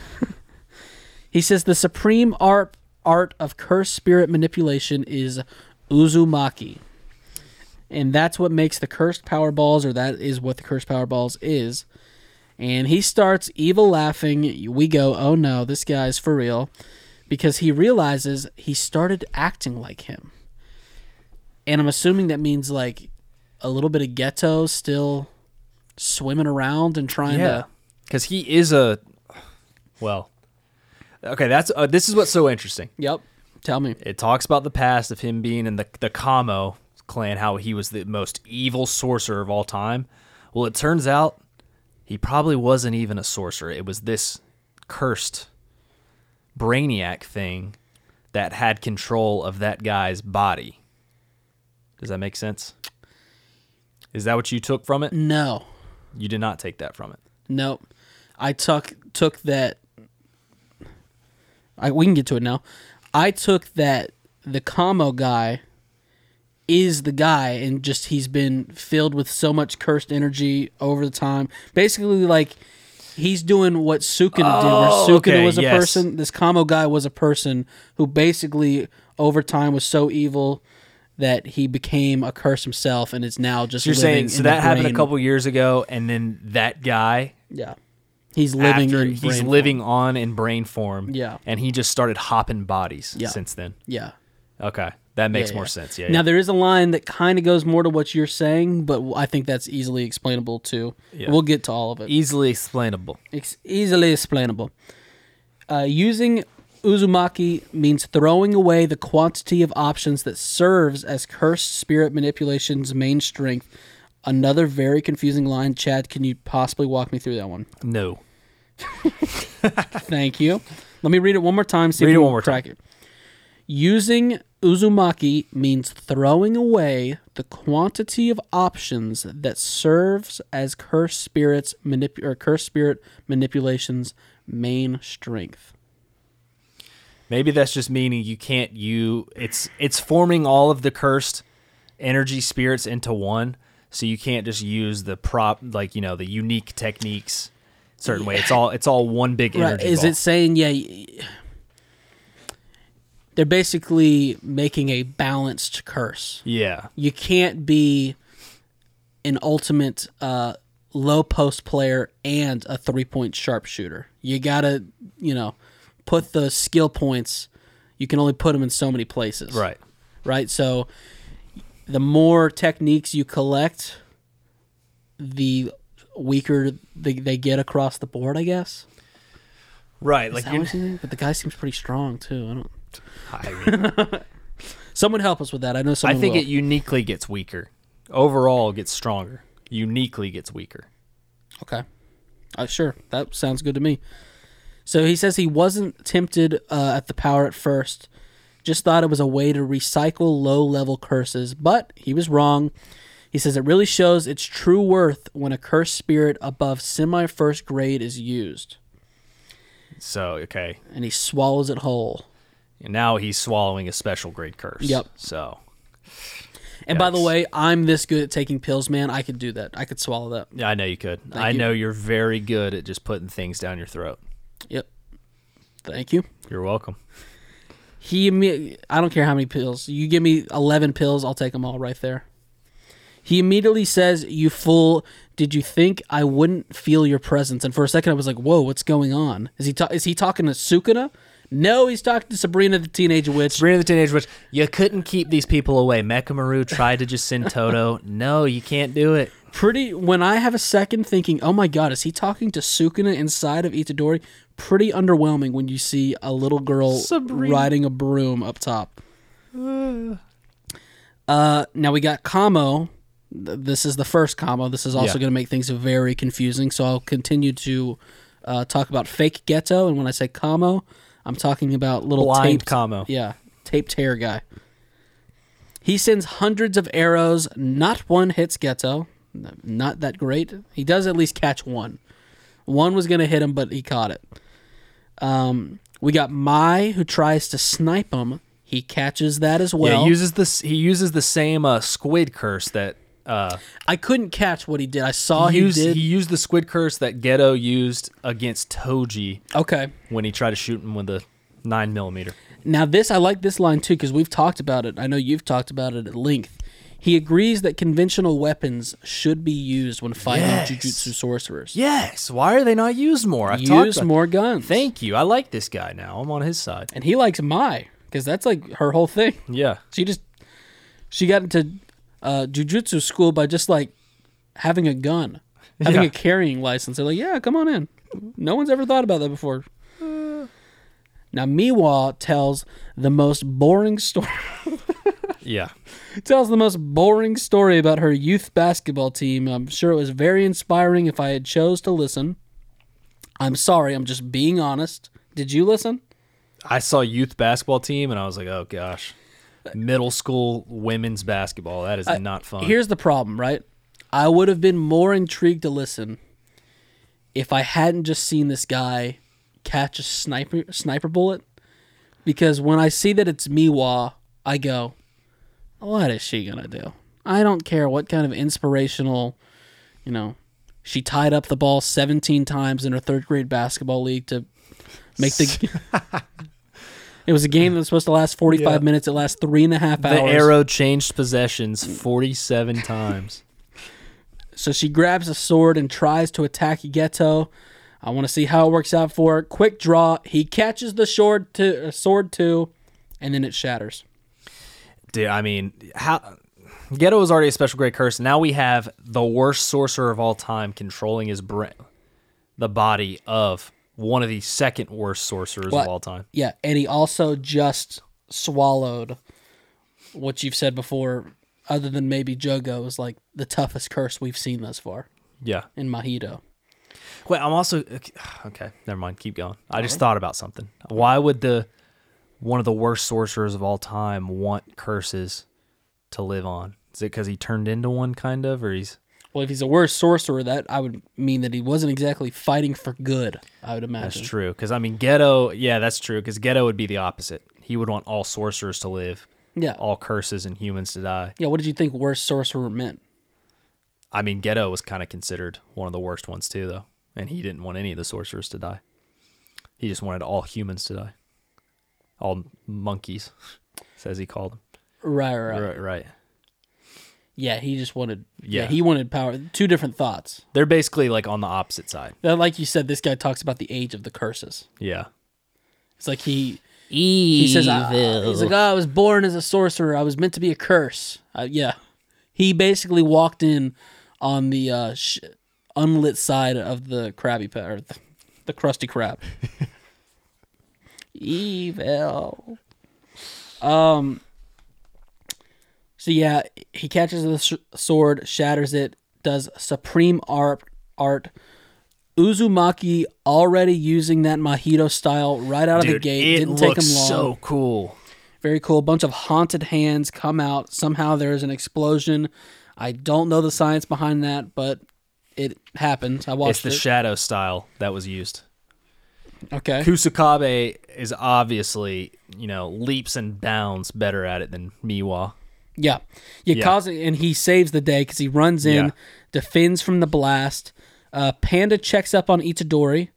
Speaker 1: He says the supreme art art of cursed spirit manipulation is uzumaki. And that's what makes the cursed power balls, or that is what the cursed power balls is. And he starts evil laughing. We go, oh no, this guy's for real. Because he realizes he started acting like him. And I'm assuming that means like a little bit of ghetto still swimming around and trying
Speaker 2: Yeah,
Speaker 1: to.
Speaker 2: because he is a. Well, okay. That's uh, this is what's so interesting.
Speaker 1: Yep. Tell me.
Speaker 2: It talks about the past of him being in the the Kamo clan, how he was the most evil sorcerer of all time. Well, it turns out he probably wasn't even a sorcerer. It was this cursed brainiac thing that had control of that guy's body. Does that make sense? Is that what you took from it?
Speaker 1: No.
Speaker 2: You did not take that from it.
Speaker 1: Nope. I took took that. I we can get to it now. I took that the Kamo guy is the guy, and just he's been filled with so much cursed energy over the time. Basically, like he's doing what Sukuna did,
Speaker 2: Oh,
Speaker 1: where Sukuna
Speaker 2: okay,
Speaker 1: was a
Speaker 2: yes.
Speaker 1: person. This Kamo guy was a person who basically over time was so evil that he became a curse himself, and is now just
Speaker 2: You're
Speaker 1: living
Speaker 2: saying so
Speaker 1: in the
Speaker 2: that happened a
Speaker 1: brain-
Speaker 2: couple years ago, and then that guy
Speaker 1: Yeah, he's living.
Speaker 2: after
Speaker 1: in
Speaker 2: he's
Speaker 1: brain
Speaker 2: living on in brain form.
Speaker 1: Yeah.
Speaker 2: and he just started hopping bodies
Speaker 1: Yeah.
Speaker 2: since then.
Speaker 1: Yeah.
Speaker 2: Okay, that makes
Speaker 1: Yeah,
Speaker 2: more
Speaker 1: yeah.
Speaker 2: sense. Yeah,
Speaker 1: Now
Speaker 2: yeah.
Speaker 1: there is a line that kind of goes more to what you're saying, but I think that's easily explainable too.
Speaker 2: Yeah. E
Speaker 1: We'll get to all of it.
Speaker 2: easily explainable.
Speaker 1: It's easily explainable. Uh, using Uzumaki means throwing away the quantity of options that serves as cursed spirit manipulation's main strength. Another very confusing line. Chad, can you possibly walk me through that one?
Speaker 2: No,
Speaker 1: Thank you. Let me read it one more time. See
Speaker 2: Read
Speaker 1: if
Speaker 2: it
Speaker 1: you
Speaker 2: one more
Speaker 1: crack
Speaker 2: time.
Speaker 1: it. Using uzumaki means throwing away the quantity of options that serves as cursed spirits manip- or cursed spirit manipulation's main strength.
Speaker 2: Maybe that's just meaning you can't you it's it's forming all of the cursed energy spirits into one. So you can't just use the prop like, you know, the unique techniques certain way. It's all it's all one big
Speaker 1: Right?
Speaker 2: energy.
Speaker 1: Is
Speaker 2: ball.
Speaker 1: it saying yeah? y- They're basically making a balanced curse.
Speaker 2: Yeah.
Speaker 1: you can't be an ultimate uh, low post player and a three point sharpshooter. You gotta, you know, put the skill points. You can only put them in so many places.
Speaker 2: Right.
Speaker 1: Right. So the more techniques you collect, the weaker they, they get across the board. I guess.
Speaker 2: Right.
Speaker 1: Is
Speaker 2: Like
Speaker 1: that
Speaker 2: you're
Speaker 1: what you think? But the guy seems pretty strong too. I don't.
Speaker 2: I mean,
Speaker 1: Someone help us with that. I know
Speaker 2: I
Speaker 1: someone.
Speaker 2: think
Speaker 1: will.
Speaker 2: it uniquely gets weaker. Overall gets stronger. Uniquely gets weaker.
Speaker 1: Okay. Uh, sure. That sounds good to me. So he says he wasn't tempted uh, at the power at first, just thought it was a way to recycle low level curses, but he was wrong. He says it really shows its true worth when a cursed spirit above semi first grade is used,
Speaker 2: So, okay.
Speaker 1: and he swallows it whole.
Speaker 2: And now he's swallowing a special grade curse.
Speaker 1: Yep.
Speaker 2: So,
Speaker 1: And by the
Speaker 2: Yikes.
Speaker 1: way, I'm this good at taking pills, man. I could do that. I could swallow that.
Speaker 2: yeah, I know you could. I
Speaker 1: you.
Speaker 2: know you're very good at just putting things down your throat.
Speaker 1: Yep. Thank you.
Speaker 2: You're welcome.
Speaker 1: He, imme- I don't care how many pills. You give me eleven pills, I'll take them all right there. He immediately says, "You fool! Did you think I wouldn't feel your presence?" And for a second, I was like, "Whoa, what's going on? Is he ta- is he talking to Sukuna?" No, he's talking to Sabrina the Teenage Witch.
Speaker 2: Sabrina the Teenage Witch, you couldn't keep these people away. Mechamaru tried to just *laughs* send Toto. No, you can't do it.
Speaker 1: Pretty. When I have a second thinking, "Oh my God, is he talking to Sukuna inside of Itadori?" Pretty underwhelming when you see a little girl
Speaker 2: Sabrina.
Speaker 1: riding a broom up top. Uh, now we got Kamo. Th- This is the first Kamo. This is also
Speaker 2: Yeah.
Speaker 1: going to make things very confusing. So I'll continue to uh, talk about fake ghetto. And when I say Kamo, I'm talking about little
Speaker 2: Blind
Speaker 1: taped,
Speaker 2: Kamo.
Speaker 1: yeah, taped hair guy. He sends hundreds of arrows. Not one hits ghetto. N- Not that great. He does at least catch one. One was going to hit him, but he caught it. Um, we got Mai who tries to snipe him. He catches that as well.
Speaker 2: yeah, he uses this. He uses the same uh, squid curse that uh,
Speaker 1: I couldn't catch what he did. I saw
Speaker 2: Oh, he,
Speaker 1: he,
Speaker 2: used,
Speaker 1: did.
Speaker 2: he used the squid curse that Ghetto used against Toji
Speaker 1: okay.
Speaker 2: when he tried to shoot him with a nine millimeter.
Speaker 1: Now this I like this line too because we've talked about it. I know you've talked about it at length. He agrees that conventional weapons should be used when fighting
Speaker 2: Yes.
Speaker 1: jujutsu sorcerers.
Speaker 2: Yes. Why are they not used more? I've talked
Speaker 1: Use
Speaker 2: about-
Speaker 1: more guns.
Speaker 2: Thank you. I like this guy now. I'm on his side.
Speaker 1: and he likes Mai because that's like her whole thing.
Speaker 2: Yeah.
Speaker 1: She just she got into uh, jujutsu school by just like having a gun, having
Speaker 2: Yeah.
Speaker 1: a carrying license. They're like, yeah, come on in. No one's ever thought about that before.
Speaker 2: Uh.
Speaker 1: Now Miwa tells the most boring *laughs* story.
Speaker 2: Yeah.
Speaker 1: tells the most boring story about her youth basketball team. I'm sure it was very inspiring if I had chose to listen. I'm sorry, I'm just being honest. Did you listen?
Speaker 2: I saw youth basketball team and I was like, oh gosh, middle school women's basketball. That is not fun.
Speaker 1: Here's the problem, right? I would have been more intrigued to listen if I hadn't just seen this guy catch a sniper sniper bullet. Because when I see that it's Miwa, I go, "What is she gonna do?" I don't care what kind of inspirational, you know, she tied up the ball 17 times in her third grade basketball league to make
Speaker 2: *laughs*
Speaker 1: the. it was a game that was supposed to last 45
Speaker 2: Yeah.
Speaker 1: minutes. It lasts three and a half
Speaker 2: the
Speaker 1: hours.
Speaker 2: arrow changed possessions 47 times.
Speaker 1: So she grabs a sword and tries to attack Ghetto. I want to see how it works out for her. Quick draw. He catches the sword to uh, sword too, and then it shatters.
Speaker 2: Dude, I mean, how. Ghetto was already a special grade curse. Now we have the worst sorcerer of all time controlling his brain, the body of one of the second worst sorcerers
Speaker 1: What?
Speaker 2: of all time.
Speaker 1: Yeah, and he also just swallowed what you've said before. Other than maybe Jogo was like the toughest curse we've seen thus far
Speaker 2: Yeah.
Speaker 1: in Mahito.
Speaker 2: *sighs* Wait, I'm also okay. Never mind. Keep going. I just thought about something. Why would the one of the worst sorcerers of all time want curses to live on? Is it because he turned into one, kind of, or he's
Speaker 1: Well, if he's a worse sorcerer, that I would mean that he wasn't exactly fighting for good. I would imagine.
Speaker 2: that's true? Because I mean, Ghetto, yeah, that's true. Because Ghetto would be the opposite. He would want all sorcerers to live,
Speaker 1: Yeah.
Speaker 2: all curses and humans to die.
Speaker 1: yeah. What did you think worse sorcerer meant?
Speaker 2: I mean, Ghetto was kind of considered one of the worst ones too, though, and he didn't want any of the sorcerers to die. He just wanted all humans to die, all monkeys, *laughs* says he called them.
Speaker 1: Right, right, right.
Speaker 2: Right, right.
Speaker 1: Yeah, he just wanted. yeah,
Speaker 2: Yeah.
Speaker 1: he wanted power. Two different thoughts.
Speaker 2: They're basically like on the opposite side.
Speaker 1: That, like you said, this guy talks about the age of the curses.
Speaker 2: Yeah.
Speaker 1: It's like he
Speaker 2: Evil.
Speaker 1: he says, I, he's like, oh, I was born as a sorcerer. I was meant to be a curse. Uh, yeah, he basically walked in on the uh, sh- unlit side of the Krabby Pat or the, the Krusty
Speaker 2: *laughs*
Speaker 1: Krab. Evil. Um. So yeah, he catches the sh- sword, shatters it, does supreme art art. Uzumaki already using that Mahito style right out of the gate.
Speaker 2: It
Speaker 1: Didn't
Speaker 2: looks
Speaker 1: take him long.
Speaker 2: so cool.
Speaker 1: Very cool. A bunch of haunted hands come out. Somehow there is an explosion. I don't know the science behind that, but it happens. I
Speaker 2: It's
Speaker 1: watched
Speaker 2: the
Speaker 1: it.
Speaker 2: shadow style that was used.
Speaker 1: okay.
Speaker 2: Kusakabe is obviously, you know, leaps and bounds better at it than Miwa.
Speaker 1: Yeah. Yeah.
Speaker 2: Yeah.
Speaker 1: Kazu- and he saves the day because he runs in,
Speaker 2: Yeah.
Speaker 1: defends from the blast. Uh, Panda checks up on Itadori,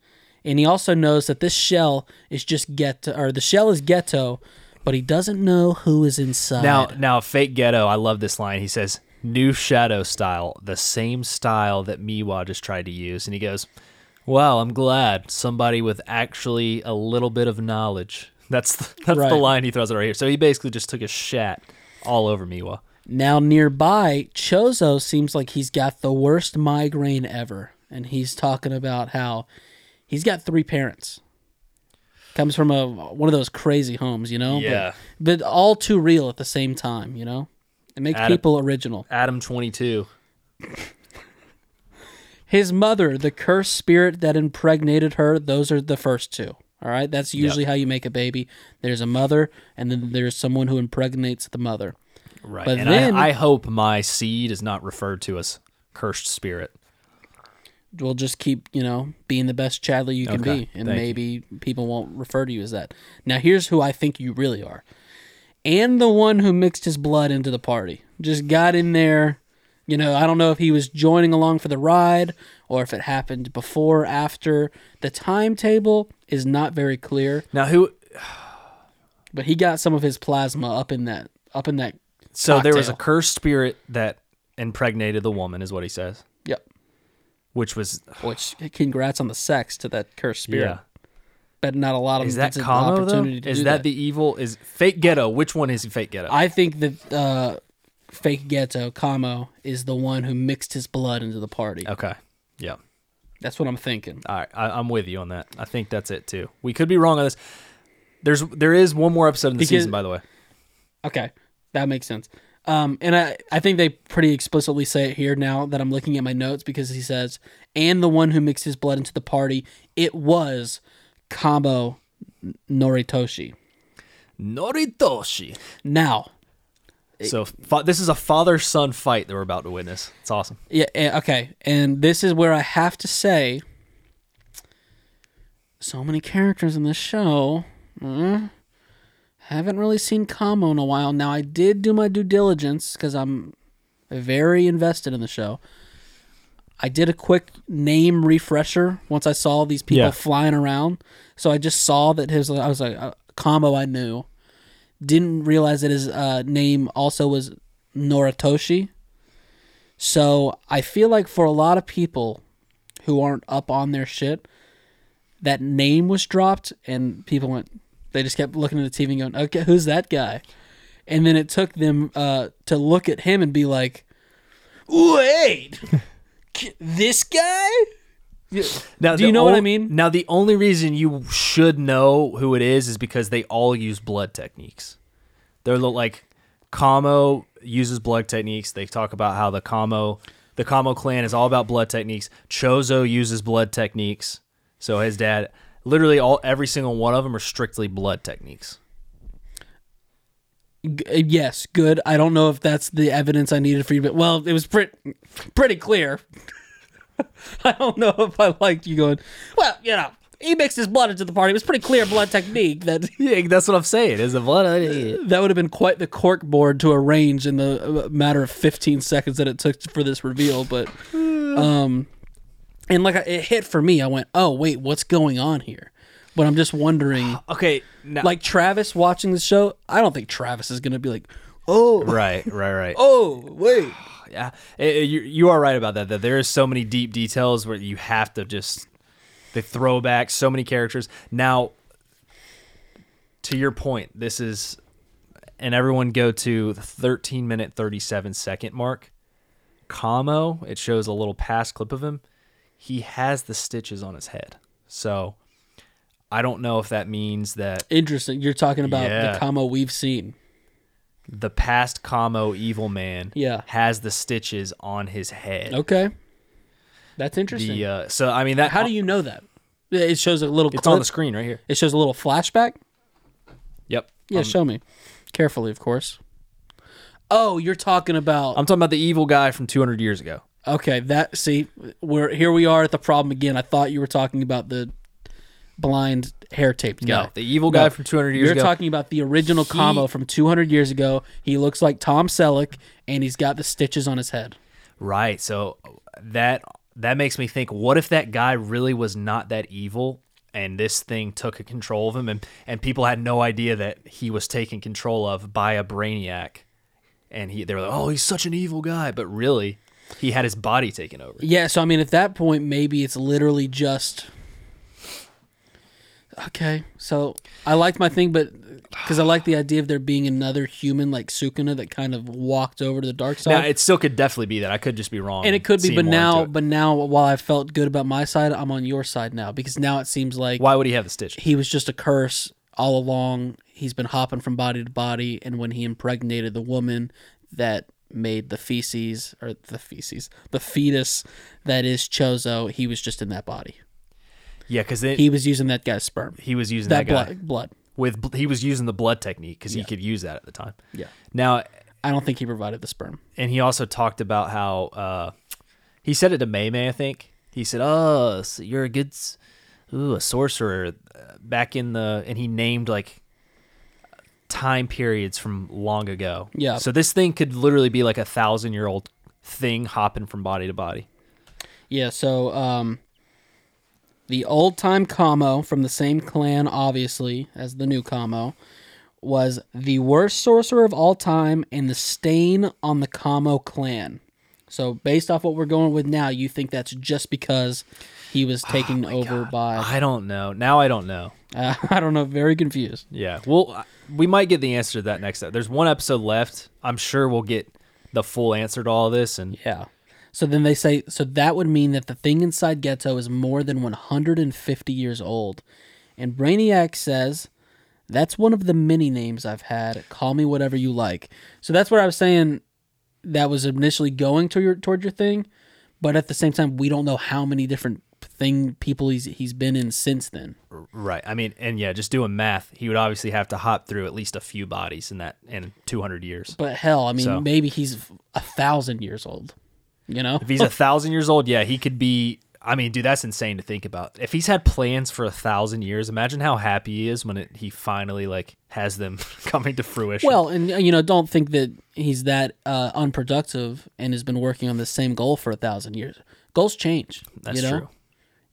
Speaker 1: and he also knows that this shell is just Ghetto, or the shell is Ghetto, but he doesn't know who is inside.
Speaker 2: Now, now, fake ghetto. I love this line. He says, "New shadow style, the same style that Miwa just tried to use." And he goes, "Wow, I'm glad somebody with actually a little bit of knowledge." *laughs* That's the, that's
Speaker 1: Right.
Speaker 2: the line he throws out right here. So he basically just took a shat all over Miwa.
Speaker 1: Now nearby, Chozo seems like he's got the worst migraine ever, and he's talking about how he's got three parents. Comes from a one of those crazy homes, you know.
Speaker 2: Yeah.
Speaker 1: But, but all too real at the same time, you know. It makes
Speaker 2: Adam-
Speaker 1: people original.
Speaker 2: Adam 22.
Speaker 1: His mother, the cursed spirit that impregnated her. Those are the first two. All right, that's usually how you make a baby. There's a mother, and then there's someone who impregnates the mother.
Speaker 2: Right.
Speaker 1: But
Speaker 2: and
Speaker 1: then-
Speaker 2: I, I hope my seed is not referred to as cursed spirit.
Speaker 1: we'll just keep you know being the best Chadley you can
Speaker 2: Okay,
Speaker 1: be, and
Speaker 2: thank you.
Speaker 1: maybe people won't refer to you as that. Now here's who I think you really are, and the one who mixed his blood into the party just got in there. You know, I don't know if he was joining along for the ride or if it happened before, after. The timetable is not very clear,
Speaker 2: Now who
Speaker 1: but he got some of his plasma up in that up in that.
Speaker 2: so there was a
Speaker 1: Cocktail.
Speaker 2: cursed spirit that impregnated the woman is what he says,
Speaker 1: Yep.
Speaker 2: which was
Speaker 1: Which congrats on the sex to that cursed spirit.
Speaker 2: yeah.
Speaker 1: But not a lot of
Speaker 2: Is
Speaker 1: them
Speaker 2: that
Speaker 1: gets an
Speaker 2: Kamo though?
Speaker 1: opportunity to
Speaker 2: Is
Speaker 1: do
Speaker 2: that, the evil? Is fake ghetto? Which one is fake ghetto?
Speaker 1: I think that uh, fake ghetto Kamo is the one who mixed his blood into the party.
Speaker 2: okay. Yeah.
Speaker 1: That's what I'm thinking.
Speaker 2: All right. I, I'm with you on that. I think that's it too. We could be wrong on this. There's there is one more episode in the
Speaker 1: Because-
Speaker 2: season, by the way.
Speaker 1: Okay, that makes sense. Um, and I, I think they pretty explicitly say it here now that I'm looking at my notes because he says, and the one who mixed his blood into the party, it was Kamo Noritoshi.
Speaker 2: Noritoshi.
Speaker 1: Now,
Speaker 2: So fa- this is a father son fight that we're about to witness. It's awesome.
Speaker 1: Yeah, eh, okay. And this is where I have to say so many characters in this show. Mm, haven't really seen Kamo in a while. Now, I did do my due diligence because I'm very invested in the show. I did a quick name refresher once I saw these people
Speaker 2: Yeah.
Speaker 1: flying around. So I just saw that his, I was like, uh, Kamo I knew. Didn't realize that his uh, name also was Noritoshi. So I feel like for a lot of people who aren't up on their shit, that name was dropped and people went, they just kept looking at the TV and going, okay, who's that guy? And then it took them uh, to look at him and be like,
Speaker 2: *laughs*
Speaker 1: wait, k- this guy?
Speaker 2: Now,
Speaker 1: Do you
Speaker 2: the
Speaker 1: know what
Speaker 2: on-
Speaker 1: I mean?
Speaker 2: Now, the only reason you should know who it is is because they all use blood techniques. They're lo- like Kamo uses blood techniques. They talk about how the Kamo, the Kamo clan is all about blood techniques. Chozo uses blood techniques. So his dad, literally all every single one of them are strictly blood techniques.
Speaker 1: G- yes, good. I don't know if that's the evidence I needed for you, but well, it was pretty pretty clear. *laughs* I don't know if I liked you going. Well, you know, he mixed his blood into the party. It was pretty clear blood technique that
Speaker 2: Yeah, that's what I'm saying. Is a blood.
Speaker 1: that would have been quite the cork board to arrange in the uh, matter of 15 seconds that it took for this reveal but um and like I- it hit for me i went oh wait what's going on here but i'm just wondering
Speaker 2: Okay, now,
Speaker 1: like travis watching the show i don't think travis is gonna be like oh
Speaker 2: *laughs* right, right, right.
Speaker 1: oh wait
Speaker 2: Yeah, eh, eh, you you are right about that. That there is so many deep details where you have to just they throw back so many characters. Now, to your point, this is, and everyone go to the 13 minute 37 second mark. Kamo, it shows a little past clip of him. He has the stitches on his head, so I don't know if that means that
Speaker 1: interesting you're talking about
Speaker 2: Yeah.
Speaker 1: the combo we've seen
Speaker 2: the past Kamo evil man
Speaker 1: Yeah.
Speaker 2: has the stitches on his head.
Speaker 1: okay that's interesting
Speaker 2: The, uh, so I mean that
Speaker 1: how do you know that it shows a little
Speaker 2: It's
Speaker 1: clip.
Speaker 2: on the screen right here.
Speaker 1: it shows a little flashback
Speaker 2: Yep.
Speaker 1: Yeah, show me. Carefully, of course. Oh, you're talking about
Speaker 2: I'm talking about the evil guy from 200 years ago.
Speaker 1: okay. That see, we're here. We are at the problem again. I thought you were talking about the blind hair taped guy.
Speaker 2: No, the evil guy
Speaker 1: No.
Speaker 2: from 200 years
Speaker 1: You're
Speaker 2: ago.
Speaker 1: talking about the original
Speaker 2: He-
Speaker 1: combo from 200 years ago. He looks like Tom Selleck, and he's got the stitches on his head.
Speaker 2: right. So that that makes me think what if that guy really was not that evil and this thing took a control of him and and people had no idea that he was taken control of by a brainiac. And he they were like, "Oh, he's such an evil guy," but really he had his body taken over.
Speaker 1: Yeah, so I mean, at that point, maybe it's literally just okay. So I liked my thing, but because I like the idea of there being another human like Sukuna that kind of walked over to the dark side,
Speaker 2: Now, it still could definitely be that. I could just be wrong.
Speaker 1: and it could be.
Speaker 2: see
Speaker 1: But
Speaker 2: more into
Speaker 1: now,
Speaker 2: it.
Speaker 1: but now, while I felt good about my side, I'm on your side now because now it seems like
Speaker 2: why would he have the stitch?
Speaker 1: he was just a curse all along. He's been hopping from body to body, and when he impregnated the woman that made the feces or the feces, the fetus that is Chozo, he was just in that body.
Speaker 2: Yeah, because he,
Speaker 1: He was using that guy's sperm,
Speaker 2: he was using
Speaker 1: that,
Speaker 2: that, guy.
Speaker 1: blood. Blood.
Speaker 2: with bl- he was using the blood technique because he could use that at the time.
Speaker 1: Yeah.
Speaker 2: Now,
Speaker 1: I don't think he provided the sperm.
Speaker 2: and he also talked about how uh, he said it to May May. I think he said, "Oh, so you're a good, s- ooh, a sorcerer." uh, Back in the and he named like time periods from long ago.
Speaker 1: Yeah.
Speaker 2: So this thing could literally be like a thousand year old thing hopping from body to body.
Speaker 1: Yeah. So, um, the old time Kamo from the same clan, obviously as the new Kamo, was the worst sorcerer of all time and the stain on the Kamo clan. So, based off what we're going with now, you think that's just because he was taken over by? *laughs*
Speaker 2: I don't know. Now I don't know.
Speaker 1: Uh, I don't know. Very confused.
Speaker 2: Yeah. Well, I- we might get the answer to that next. ep- There's one episode left. I'm sure we'll get the full answer to all this and
Speaker 1: Yeah. So then they say, so that would mean that the thing inside Ghetto is more than 150 years old. And Brainiac says, that's one of the many names I've had. Call me whatever you like. So that's where I was saying that was initially going to your, toward your thing. But at the same time, we don't know how many different thing people he's, he's been in since then.
Speaker 2: Right. I mean, and yeah, just doing math, he would obviously have to hop through at least a few bodies in that in 200 years.
Speaker 1: But hell, I mean,
Speaker 2: So-
Speaker 1: maybe he's a thousand years old. You know?
Speaker 2: If
Speaker 1: *laughs*
Speaker 2: he's a thousand years old, yeah, he could be. I mean, dude, that's insane to think about. If he's had plans for a thousand years, imagine how happy he is when it, he finally like has them *laughs* coming to fruition.
Speaker 1: Well, and uh, you know, don't think that he's that uh, unproductive and has been working on the same goal for a thousand years. Goals change.
Speaker 2: that's
Speaker 1: you know?
Speaker 2: true.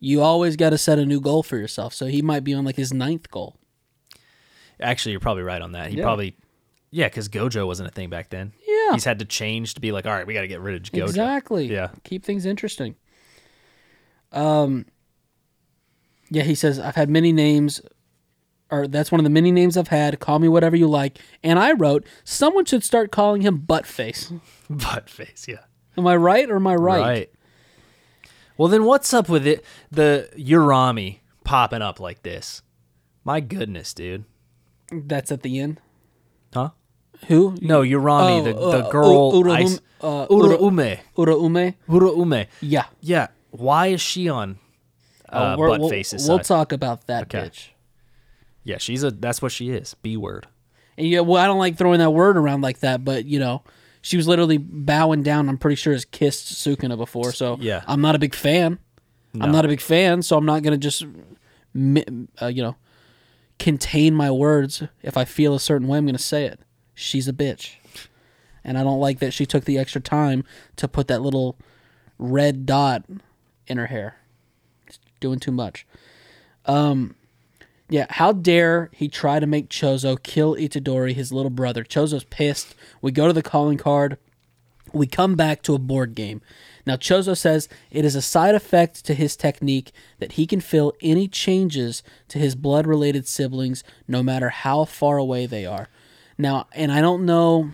Speaker 1: You always got to set a new goal for yourself. So he might be on like his ninth goal.
Speaker 2: Actually, you're probably right on that. He probably, yeah, because Gojo wasn't a thing back then.
Speaker 1: Yeah.
Speaker 2: he's had to change to be like, all right, we got to get rid of Gojo.
Speaker 1: Exactly.
Speaker 2: Yeah.
Speaker 1: Keep things interesting. Um. Yeah, he says I've had many names, or that's one of the many names I've had. Call me whatever you like. And I wrote, someone should start calling him Buttface.
Speaker 2: *laughs* Butt face, yeah.
Speaker 1: Am I right or am I right?
Speaker 2: Well, then what's up with it? The Urami popping up like this. My goodness, dude.
Speaker 1: That's at the end.
Speaker 2: Huh?
Speaker 1: Who?
Speaker 2: No, Urami,
Speaker 1: Oh,
Speaker 2: the,
Speaker 1: uh,
Speaker 2: the girl.
Speaker 1: U- Uraume-
Speaker 2: ice,
Speaker 1: uh, Ura-
Speaker 2: Uraume.
Speaker 1: Uraume?
Speaker 2: Uraume.
Speaker 1: Yeah.
Speaker 2: Yeah. Why is she on uh,
Speaker 1: Uh, we're-
Speaker 2: butt faces?
Speaker 1: We'll, we'll talk about that
Speaker 2: Okay.
Speaker 1: bitch.
Speaker 2: yeah, she's a. That's what she is. B word.
Speaker 1: And yeah, well, I don't like throwing that word around like that, but you know, she was literally bowing down. I'm pretty sure has kissed Sukuna before, so
Speaker 2: Yeah.
Speaker 1: I'm not a big fan. I'm not a big fan, so I'm not gonna just, mi- uh, you know, contain my words. If I feel a certain way, I'm gonna say it. She's a bitch, and I don't like that she took the extra time to put that little red dot in her hair. It's doing too much. Yeah, how dare he try to make Chozo kill Itadori, his little brother. Chozo's pissed. We go to the calling card. We come back to a board game. Now, Chozo says it is a side effect to his technique that he can feel any changes to his blood related siblings, no matter how far away they are. Now, and I don't know.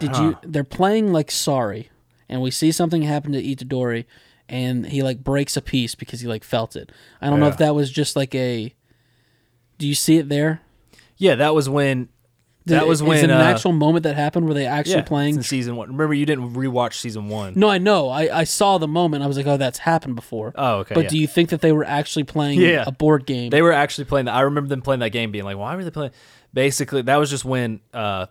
Speaker 1: Did you? They're playing like sorry, and we see something happen to Itadori, and he like breaks a piece because he like felt it. I don't know if
Speaker 2: Yeah.
Speaker 1: that was just like a. Do you see it there?
Speaker 2: Yeah, that was when. That
Speaker 1: Did-
Speaker 2: was
Speaker 1: is it
Speaker 2: when
Speaker 1: an
Speaker 2: uh,
Speaker 1: actual moment that happened where they actually
Speaker 2: yeah, it's
Speaker 1: playing.
Speaker 2: in season one. Remember, you didn't rewatch season one.
Speaker 1: No, I know. I, I saw the moment. I was like, oh, that's happened before.
Speaker 2: Oh, okay,
Speaker 1: But
Speaker 2: yeah.
Speaker 1: do you think that they were actually playing
Speaker 2: Yeah.
Speaker 1: a board game?
Speaker 2: They were actually playing. That. I remember them playing that game, being like, "Why were they playing?" Basically, that was just when uh,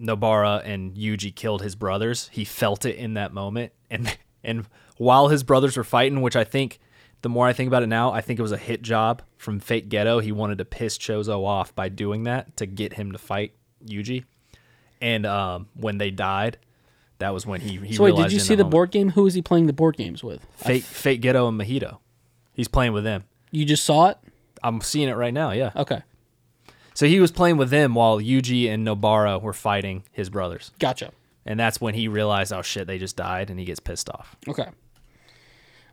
Speaker 2: Nobara and Yuji killed his brothers. He felt it in that moment, and *laughs* and while his brothers were fighting, which I think the more I think about it now, I think it was a hit job from Fake Ghetto. He wanted to piss Chozo off by doing that to get him to fight Yuji. And um, when they died, that was when he. he
Speaker 1: so wait, did
Speaker 2: realized
Speaker 1: you
Speaker 2: in
Speaker 1: see
Speaker 2: that
Speaker 1: the
Speaker 2: moment.
Speaker 1: board game? Who is he playing the board games with?
Speaker 2: Fake Fake Ghetto and Mojito? He's playing with them.
Speaker 1: You just saw it.
Speaker 2: I'm seeing it right now. Yeah.
Speaker 1: Okay,
Speaker 2: So he was playing with them while Yuji and Nobara were fighting his brothers.
Speaker 1: gotcha.
Speaker 2: And that's when he realized, oh shit, they just died, and he gets pissed off.
Speaker 1: Okay.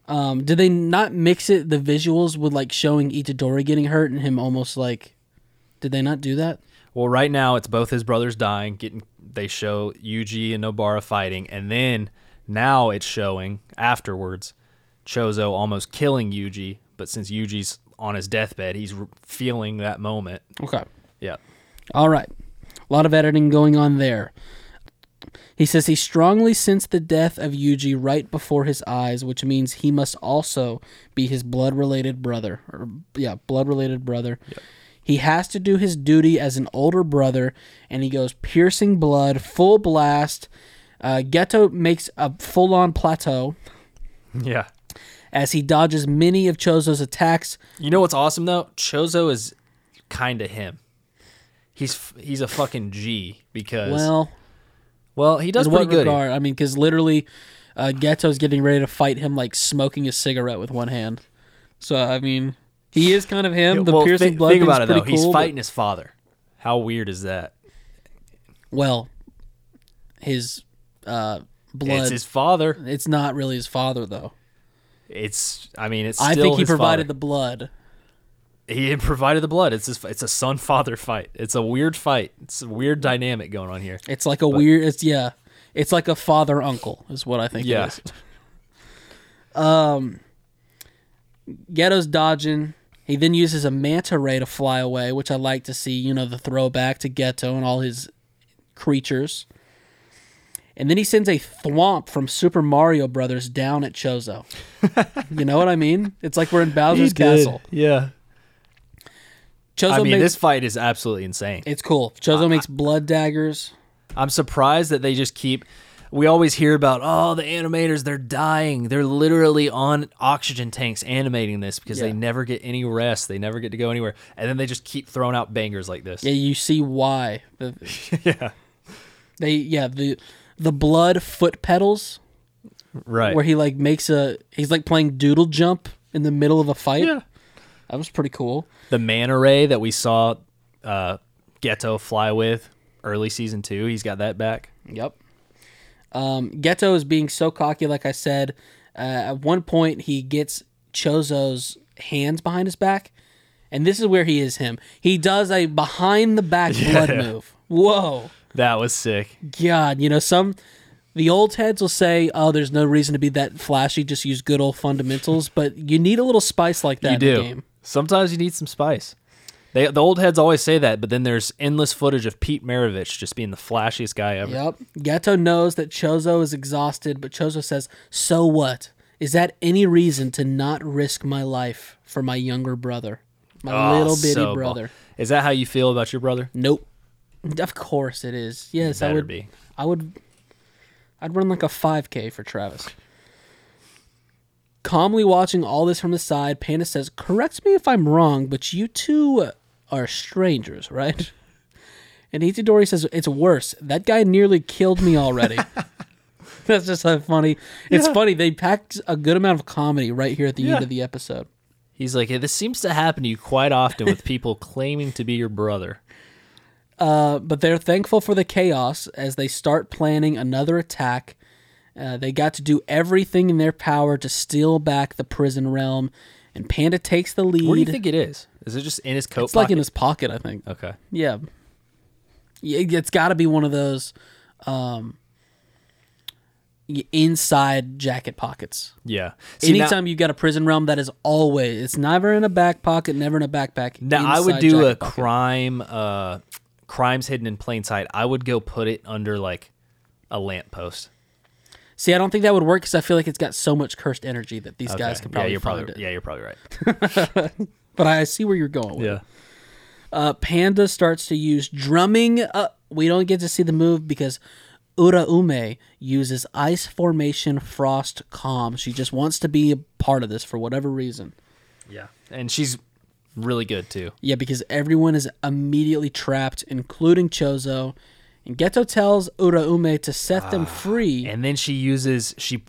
Speaker 1: Um, did they not mix it the visuals with like showing Itadori getting hurt and him almost like? Did they not do that?
Speaker 2: Well, right now it's both his brothers dying, getting they show Yuji and Nobara fighting, and then now it's showing afterwards Chozo almost killing Yuji, but since Yuji's on his deathbed, he's re- feeling that moment.
Speaker 1: Okay.
Speaker 2: Yeah.
Speaker 1: All right. A lot of editing going on there. He says he strongly sensed the death of Yuji right before his eyes, which means he must also be his blood related brother. Or, yeah, blood related brother. He has to do his duty as an older brother, and he goes piercing blood, full blast. Uh, Ghetto makes a full on plateau
Speaker 2: Yeah.
Speaker 1: as he dodges many of Chozo's attacks.
Speaker 2: You know what's awesome though? Chozo is kind of him. He's f- he's a fucking G because well,
Speaker 1: Well,
Speaker 2: he does
Speaker 1: In
Speaker 2: pretty
Speaker 1: what
Speaker 2: good.
Speaker 1: regard? I mean, because literally, uh, Ghetto's getting ready to fight him, like smoking a cigarette with one hand. So I mean, he is kind of him. The
Speaker 2: Well,
Speaker 1: piercing
Speaker 2: thi-
Speaker 1: blood
Speaker 2: Think
Speaker 1: thing's
Speaker 2: about it though.
Speaker 1: pretty cool.
Speaker 2: He's
Speaker 1: but-
Speaker 2: fighting his father. How weird is that?
Speaker 1: well, his uh, blood.
Speaker 2: It's
Speaker 1: It's,
Speaker 2: his father.
Speaker 1: not really his father though.
Speaker 2: It's I mean it's. Still
Speaker 1: I think he
Speaker 2: his
Speaker 1: provided the
Speaker 2: father.
Speaker 1: blood.
Speaker 2: the. He *laughs* provided the blood. It's his, It's a son father fight. It's a weird fight. It's a weird dynamic going on here.
Speaker 1: It's like a weird. It's yeah. It's like a father uncle is what I think.
Speaker 2: Yeah.
Speaker 1: It is. Um, Ghetto's dodging. He then uses a manta ray to fly away, which I like to see, you know, the throwback to Ghetto and all his creatures. And then he sends a thwomp from Super Mario Brothers down at
Speaker 2: *laughs*
Speaker 1: Chozo. you know what I mean? It's like we're in Bowser's Castle.
Speaker 2: Yeah.
Speaker 1: Chozo
Speaker 2: I mean
Speaker 1: makes
Speaker 2: this fight is absolutely insane.
Speaker 1: it's cool. Chozo makes blood daggers.
Speaker 2: I'm surprised that they just keep. We always hear about oh the animators they're dying they're literally on oxygen tanks animating this because they
Speaker 1: Yeah.
Speaker 2: never get any rest they never get to go anywhere and then they just keep throwing out bangers like this
Speaker 1: Yeah, you see why. The, yeah. They yeah, the the blood foot pedals
Speaker 2: right
Speaker 1: where he like makes a he's like playing doodle jump in the middle of a fight.
Speaker 2: yeah
Speaker 1: That was pretty cool.
Speaker 2: the manta ray that we saw uh, Ghetto fly with early season two. He's got that back.
Speaker 1: Yep. Um, Ghetto is being so cocky, like I said. Uh, at one point, he gets Chozo's hands behind his back, and this is where he is him. He does a behind the back blood move. Whoa,
Speaker 2: That was sick.
Speaker 1: God! You know some the old heads will say, "Oh, there's no reason to be that flashy. Just use good old fundamentals." But you need a little spice like that
Speaker 2: you
Speaker 1: in
Speaker 2: do.
Speaker 1: the game.
Speaker 2: Sometimes you need some spice. They, the old heads always say that, but then there's endless footage of Pete Maravich just being the flashiest guy ever.
Speaker 1: Yep. Ghetto knows that Chozo is exhausted, but Chozo says, So what? Is that any reason to not risk my life for my younger brother? My
Speaker 2: Oh,
Speaker 1: little bitty
Speaker 2: so ball-
Speaker 1: brother.
Speaker 2: Is that how you feel about your brother?
Speaker 1: Nope. Of course it is. Yes, I
Speaker 2: Better
Speaker 1: would.
Speaker 2: be.
Speaker 1: I would. I'd run like a 5K for Travis. Calmly watching all this from the side, Panda says, "Correct me if I'm wrong, but you two are strangers, right?" *laughs* And Itadori says, "It's worse. That guy nearly killed me
Speaker 2: *laughs*
Speaker 1: already." That's just so funny. It's funny they packed a good amount of comedy right here at the
Speaker 2: Yeah.
Speaker 1: end of the episode.
Speaker 2: He's like, hey, this seems to happen to you quite
Speaker 1: *laughs*
Speaker 2: often with people claiming to be your brother.
Speaker 1: but they're thankful for the chaos as they start planning another attack. Uh, they got to do everything in their power to steal back the prison realm, and Panda takes the lead.
Speaker 2: Where do you think it is? Is it just in his coat
Speaker 1: it's like in his pocket, I think.
Speaker 2: okay.
Speaker 1: Yeah, Yeah, it- it's got to be one of those um, y- inside jacket pockets.
Speaker 2: Yeah.
Speaker 1: Anytime you got a prison realm, that is always it's never in a back pocket, never in a backpack.
Speaker 2: now, now I would
Speaker 1: inside
Speaker 2: do
Speaker 1: jacket
Speaker 2: a
Speaker 1: pocket.
Speaker 2: crime, uh, crimes hidden in plain sight. I would go put it under like a lamppost.
Speaker 1: See, I don't think that would work because I feel like it's got so much cursed energy that these guys
Speaker 2: Okay.
Speaker 1: could probably
Speaker 2: yeah, you're
Speaker 1: find it.
Speaker 2: probably yeah, you're probably
Speaker 1: *laughs*
Speaker 2: right.
Speaker 1: but I see where you're going. With. it. Uh, Panda starts to use drumming. Uh, we don't get to see the move because Uraume uses ice formation, frost, calm. She just wants to be a part of this for whatever reason.
Speaker 2: yeah. And she's really good too.
Speaker 1: Yeah, because everyone is immediately trapped, including Chozo. And Geto tells Uraume to set them free.
Speaker 2: Ah, And then she uses she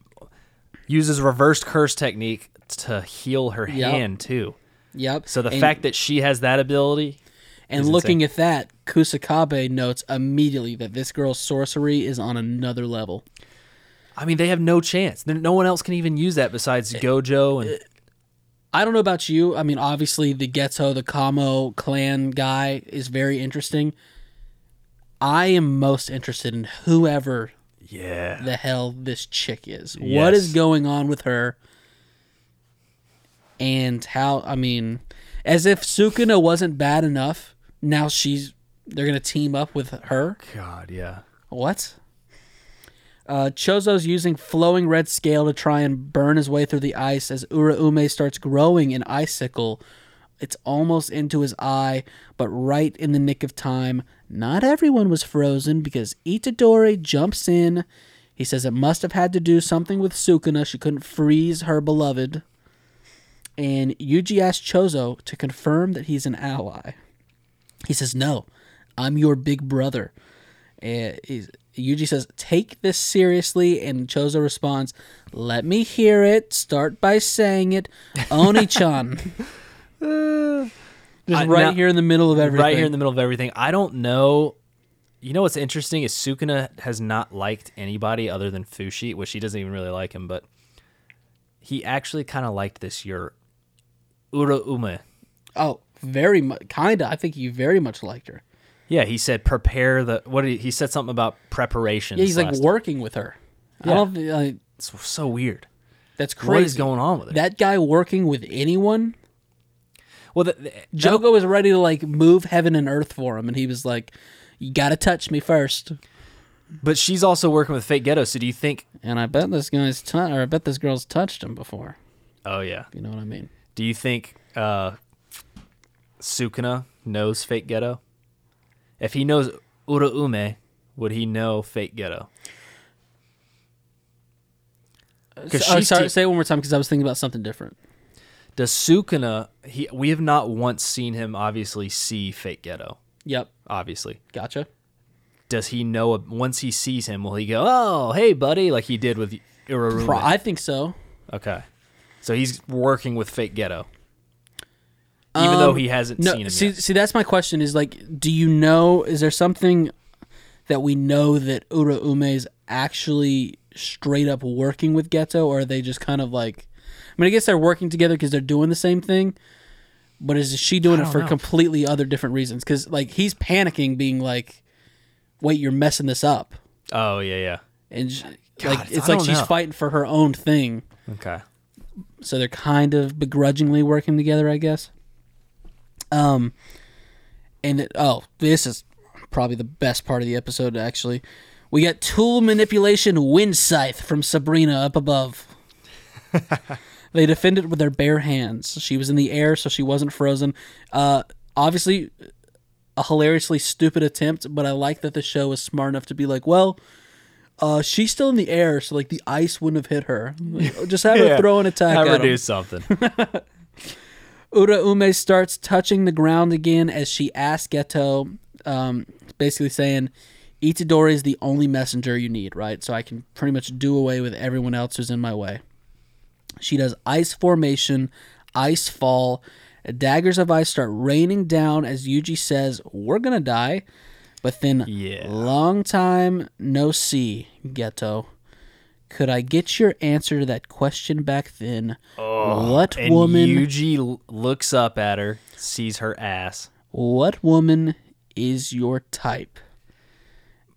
Speaker 2: uses reverse curse technique to heal her
Speaker 1: Yep.
Speaker 2: hand too.
Speaker 1: yep.
Speaker 2: So the
Speaker 1: and,
Speaker 2: fact that she has that ability,
Speaker 1: and looking at that, Kusakabe notes immediately that this girl's sorcery is on another level.
Speaker 2: I mean, they have no chance. There- No one else can even use that besides
Speaker 1: Eh,
Speaker 2: Gojo and
Speaker 1: I don't know about you. I mean, obviously the Geto, the Kamo clan guy is very interesting. I am most interested in whoever
Speaker 2: yeah.
Speaker 1: the hell this chick is. What is
Speaker 2: Yes.
Speaker 1: going on with her? And how I mean, as if Sukuna wasn't bad enough, now she's they're gonna team up with her.
Speaker 2: God, yeah.
Speaker 1: What? Uh, Chozo's using flowing red scale to try and burn his way through the ice as Uraume starts growing an icicle. It's almost into his eye, but right in the nick of time. Not everyone was frozen because Itadori jumps in. He says it must have had to do something with Sukuna. She couldn't freeze her beloved. And Yuji asks Chozo to confirm that he's an ally. He says, No, I'm your big brother. And he's, Yuji says, Take this seriously. And Chozo responds, Let me hear it. Start by saying it. Oni chan. Just
Speaker 2: Uh, I-
Speaker 1: right
Speaker 2: now-
Speaker 1: here in the middle of everything.
Speaker 2: Right here in the middle of everything. I don't know. You know what's interesting is Sukuna has not liked anybody other than Fushi, which he doesn't even really like him, but he actually kind of liked this your Uraume.
Speaker 1: Oh, very much. Kinda. I think you very much liked her.
Speaker 2: Yeah, he said prepare the what did he, he said something about preparation.
Speaker 1: Yeah, he's like working with her. I don't. thi- Like,
Speaker 2: it's so weird.
Speaker 1: that's crazy.
Speaker 2: What is going on with it?
Speaker 1: That guy working with anyone.
Speaker 2: well, the, the-
Speaker 1: Jogo was ready to like move heaven and earth for him, and he was like, "You gotta touch me first.
Speaker 2: but she's also working with Fake Ghetto. So do you think?
Speaker 1: And I bet this guy's tou- or I bet this girl's touched him before.
Speaker 2: Oh yeah.
Speaker 1: You know what I mean?
Speaker 2: Do you think uh, Sukuna knows Fake Ghetto? If he knows Uraume, would he know Fake Ghetto? Because
Speaker 1: oh,
Speaker 2: she's
Speaker 1: sorry,
Speaker 2: te-
Speaker 1: say it one more time because I was thinking about something different.
Speaker 2: does Sukuna? He we have not once seen him obviously see Fake Ghetto.
Speaker 1: Yep,
Speaker 2: Obviously,
Speaker 1: gotcha.
Speaker 2: does he know? Once he sees him, will he go, "Oh, hey, buddy," like he did with Uraume?
Speaker 1: Pro- I think so.
Speaker 2: okay, so he's working with Fake Ghetto, even though he hasn't
Speaker 1: Um, No,
Speaker 2: seen him
Speaker 1: see,
Speaker 2: yet.
Speaker 1: see, that's my question. Is like, do you know? Is there something that we know that Ura Ume is actually straight up working with Ghetto, or are they just kind of like? I mean, I guess they're working together because they're doing the same thing. But is she doing it
Speaker 2: don't
Speaker 1: for
Speaker 2: know.
Speaker 1: completely other different reasons? Because like he's panicking, being like, "Wait, you're messing this up,"
Speaker 2: Oh yeah, yeah.
Speaker 1: and sh
Speaker 2: God,
Speaker 1: like it's
Speaker 2: I
Speaker 1: like
Speaker 2: don't
Speaker 1: she's
Speaker 2: know.
Speaker 1: fighting for her own thing.
Speaker 2: Okay.
Speaker 1: so they're kind of begrudgingly working together, I guess. Um, and it, oh, this is probably the best part of the episode. Actually, we got tool manipulation wind scythe from Sabrina up
Speaker 2: *laughs*
Speaker 1: above. they defended with their bare hands. She was in the air, so she wasn't frozen. Uh, obviously, a hilariously stupid attempt, but I like that the show was smart enough to be like, well, uh, she's still in the air, so like the ice wouldn't have hit her. Like, Just
Speaker 2: *laughs*
Speaker 1: have her throw an attack.
Speaker 2: Have her
Speaker 1: at him.
Speaker 2: do something.
Speaker 1: Ura Ume starts touching the ground again as she asks Geto, um, basically saying, Itadori is the only messenger you need, right? So I can pretty much do away with everyone else who's in my way. She does ice formation, ice fall. Daggers of ice start raining down as Yuji says, We're going to die. But then,
Speaker 2: Yeah.
Speaker 1: long time no see, Geto. Could I get your answer to that question back then? what
Speaker 2: Oh, And
Speaker 1: woman?
Speaker 2: Yuji l- looks up at her, sees her ass.
Speaker 1: What woman is your type?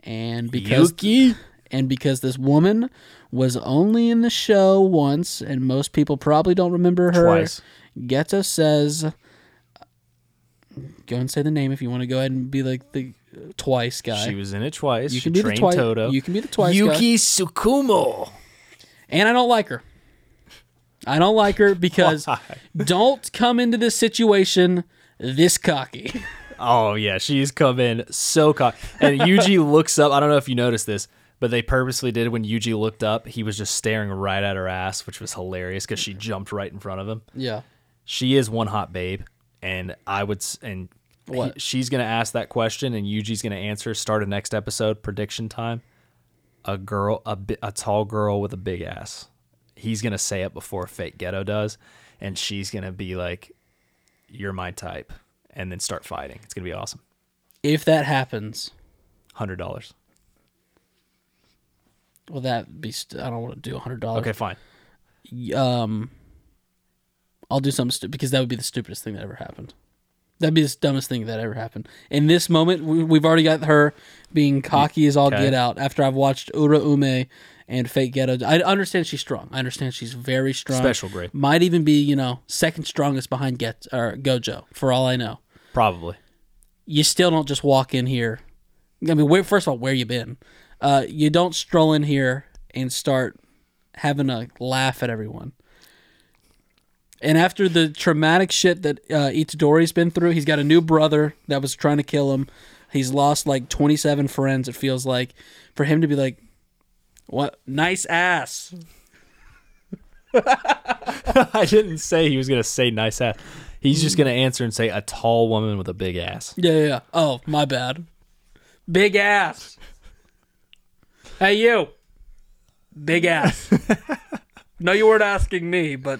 Speaker 1: And because
Speaker 2: Yuki?
Speaker 1: and because this woman was only in the show once and most people probably don't remember her.
Speaker 2: Twice.
Speaker 1: Geto says uh, Go and say the name if you want to go ahead and be like the twice guy.
Speaker 2: She was in it twice.
Speaker 1: you
Speaker 2: she
Speaker 1: can be the
Speaker 2: trained
Speaker 1: twice.
Speaker 2: Toto.
Speaker 1: You can be the twice guy.
Speaker 2: Yuki Sukumo.
Speaker 1: And I don't like her. I don't like her
Speaker 2: *laughs*
Speaker 1: because don't come into this situation this
Speaker 2: *laughs*
Speaker 1: cocky.
Speaker 2: Oh yeah, she's come in so cock. And Yuji *laughs* looks up. I don't know if you noticed this, but they purposely did when Yuji looked up. He was just staring right at her ass, which was hilarious because she jumped right in front of him.
Speaker 1: yeah.
Speaker 2: She is one hot babe, and I would s- and he-
Speaker 1: What?
Speaker 2: she's gonna ask that question, and Yuji's gonna answer. Start of next episode prediction time. A girl, a bi- a tall girl with a big ass. He's gonna say it before Fake Ghetto does, and she's gonna be like, "You're my type," and then start fighting. It's gonna be awesome.
Speaker 1: If that happens,
Speaker 2: hundred dollars.
Speaker 1: Well, that be. St- I don't want to do a hundred dollars.
Speaker 2: Okay, fine.
Speaker 1: Um, I'll do something stupid because that would be the stupidest thing that ever happened. That'd be the dumbest thing that ever happened. In this moment, we, we've already got her being cocky as all
Speaker 2: Okay.
Speaker 1: get out. After I've watched Ura Ume and Fake Ghetto, I understand she's strong. I understand she's very strong.
Speaker 2: Special grade.
Speaker 1: might even be you know second strongest behind Get or Gojo for all I know.
Speaker 2: Probably. *laughs*
Speaker 1: you still don't just walk in here. I mean, where, first of all, where you been? Uh, you don't stroll in here and start having a laugh at everyone. And after the traumatic shit that uh, Itadori's been through, he's got a new brother that was trying to kill him. He's lost like 27 friends, it feels like. For him to be like, what? Nice ass.
Speaker 2: I didn't say he was gonna say nice ass. He's just gonna answer and say a tall woman with a big ass.
Speaker 1: Yeah, yeah, yeah. Oh, my bad. Big ass. Hey, you. Big
Speaker 2: *laughs*
Speaker 1: ass. no, you weren't asking me, but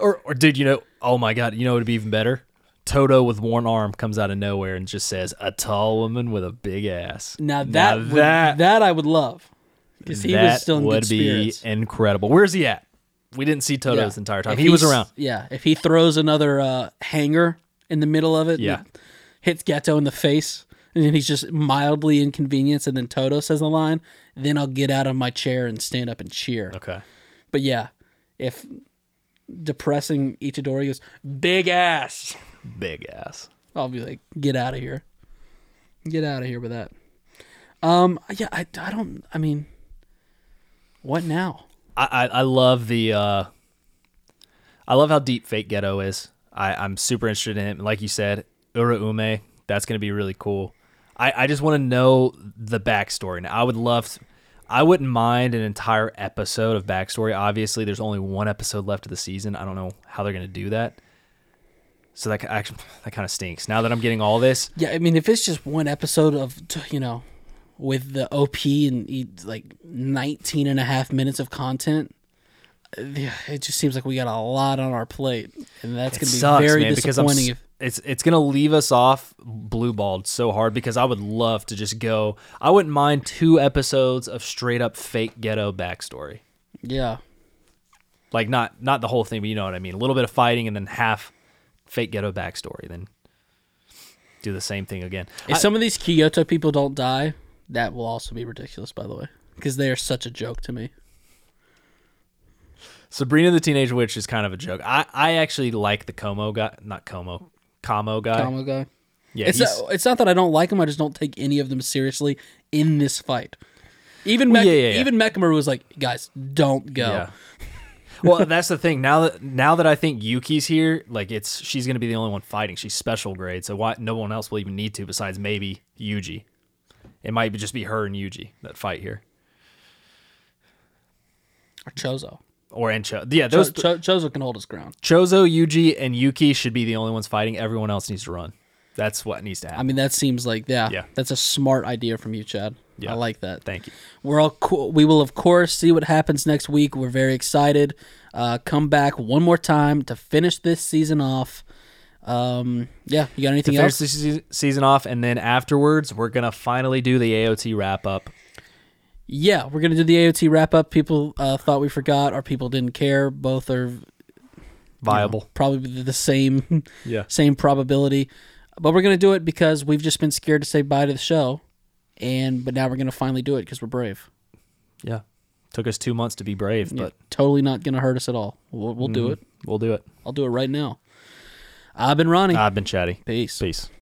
Speaker 2: Or, or dude, you know, oh my god, you know it'd be even better. Toto with one arm comes out of nowhere and just says a tall woman with a big ass.
Speaker 1: now that would- that,
Speaker 2: that
Speaker 1: I would love because he
Speaker 2: that
Speaker 1: was still in
Speaker 2: would
Speaker 1: good
Speaker 2: be
Speaker 1: spirits.
Speaker 2: incredible. Where's he at? We didn't see Toto
Speaker 1: Yeah.
Speaker 2: this entire time.
Speaker 1: If
Speaker 2: he was
Speaker 1: he's-
Speaker 2: around.
Speaker 1: Yeah, if he throws another uh, hanger in the middle of it,
Speaker 2: Yeah.
Speaker 1: and hits Ghetto in the face, and then he's just mildly inconvenienced, and then Toto says the line. Then I'll get out of my chair and stand up and cheer.
Speaker 2: Okay.
Speaker 1: But yeah, if depressing Itadori goes big ass,
Speaker 2: Big ass.
Speaker 1: I'll be like, get out of here, get out of here with that. Um, yeah, I, I don't. I mean, what now?
Speaker 2: I, I, I love the uh, I love how deep Fake Ghetto is. I, I'm super interested in it. Like you said, Ura Ume, that's gonna be really cool. I, I just want to know the backstory. Now I would love I wouldn't mind an entire episode of backstory. Obviously, there's only one episode left of the season. I don't know how they're gonna do that. So that actually *laughs* that kind of stinks. Now that I'm getting all this,
Speaker 1: Yeah, I mean, if it's just one episode of t- you know, with the OP and e- like 19 and a half minutes of content. uh, yeah, It just seems like we got a lot on our plate, and that's
Speaker 2: It
Speaker 1: going to be
Speaker 2: sucks,
Speaker 1: very
Speaker 2: man, because I'm
Speaker 1: disappointing.
Speaker 2: s-
Speaker 1: If,
Speaker 2: it's it's gonna leave us off blue balled so hard because I would love to just go. I wouldn't mind two episodes of straight up fake ghetto backstory,
Speaker 1: yeah,
Speaker 2: like not not the whole thing, but you know what I mean. A little bit of fighting and then half fake ghetto backstory, then do the same thing again.
Speaker 1: If
Speaker 2: I-
Speaker 1: some of these Kyoto people don't die, that will also be ridiculous, by the way, because they are such a joke to me.
Speaker 2: Sabrina the Teenage Witch is kind of a joke. I I actually like the Como guy, not Como, Como guy.
Speaker 1: Kamo guy.
Speaker 2: Yeah,
Speaker 1: It's
Speaker 2: he's-
Speaker 1: not, it's not that I don't like them. I just don't take any of them seriously in this fight. Even
Speaker 2: Well,
Speaker 1: Mech-
Speaker 2: yeah, yeah, yeah.
Speaker 1: even Mechamer was like, "Guys, don't go."
Speaker 2: Yeah. Oh. *laughs* well, that's the thing. Now that now that I think Yuki's here, like it's she's gonna be the only one fighting. She's special grade, so why no one else will even need to besides maybe Yuji. It might be- just be her and Yuji that fight here,
Speaker 1: Or Chozo.
Speaker 2: or and Cho. Yeah,
Speaker 1: Cho-
Speaker 2: those th-
Speaker 1: Cho- Chozo can hold his ground.
Speaker 2: Chozo, Yuji, and Yuki should be the only ones fighting. Everyone else needs to run. That's what needs to happen.
Speaker 1: I mean, that seems like yeah,
Speaker 2: Yeah.
Speaker 1: that's a smart idea from you, Chad.
Speaker 2: Yeah.
Speaker 1: I like that.
Speaker 2: Thank you.
Speaker 1: We're all co- we will of course see what happens next week. We're very excited. Uh, come back one more time to finish this season off. Um, yeah, you got anything
Speaker 2: Finish
Speaker 1: else?
Speaker 2: the se- season off, and then afterwards, we're gonna finally do the AOT wrap up.
Speaker 1: Yeah, we're gonna do the AOT wrap up. People uh, thought we forgot, or people didn't care. Both are
Speaker 2: Viable.
Speaker 1: probably the same *laughs*
Speaker 2: Yeah.
Speaker 1: same probability. But we're gonna do it because we've just been scared to say bye to the show, and but now we're gonna finally do it because we're brave.
Speaker 2: Yeah. Took us two months to be brave, but
Speaker 1: Totally not gonna hurt us at all. We'll,
Speaker 2: Mm-hmm.
Speaker 1: we'll do it.
Speaker 2: we'll do it.
Speaker 1: I'll do it right now. I've been Ronnie.
Speaker 2: Uh, I've been chatty.
Speaker 1: Peace.
Speaker 2: Peace.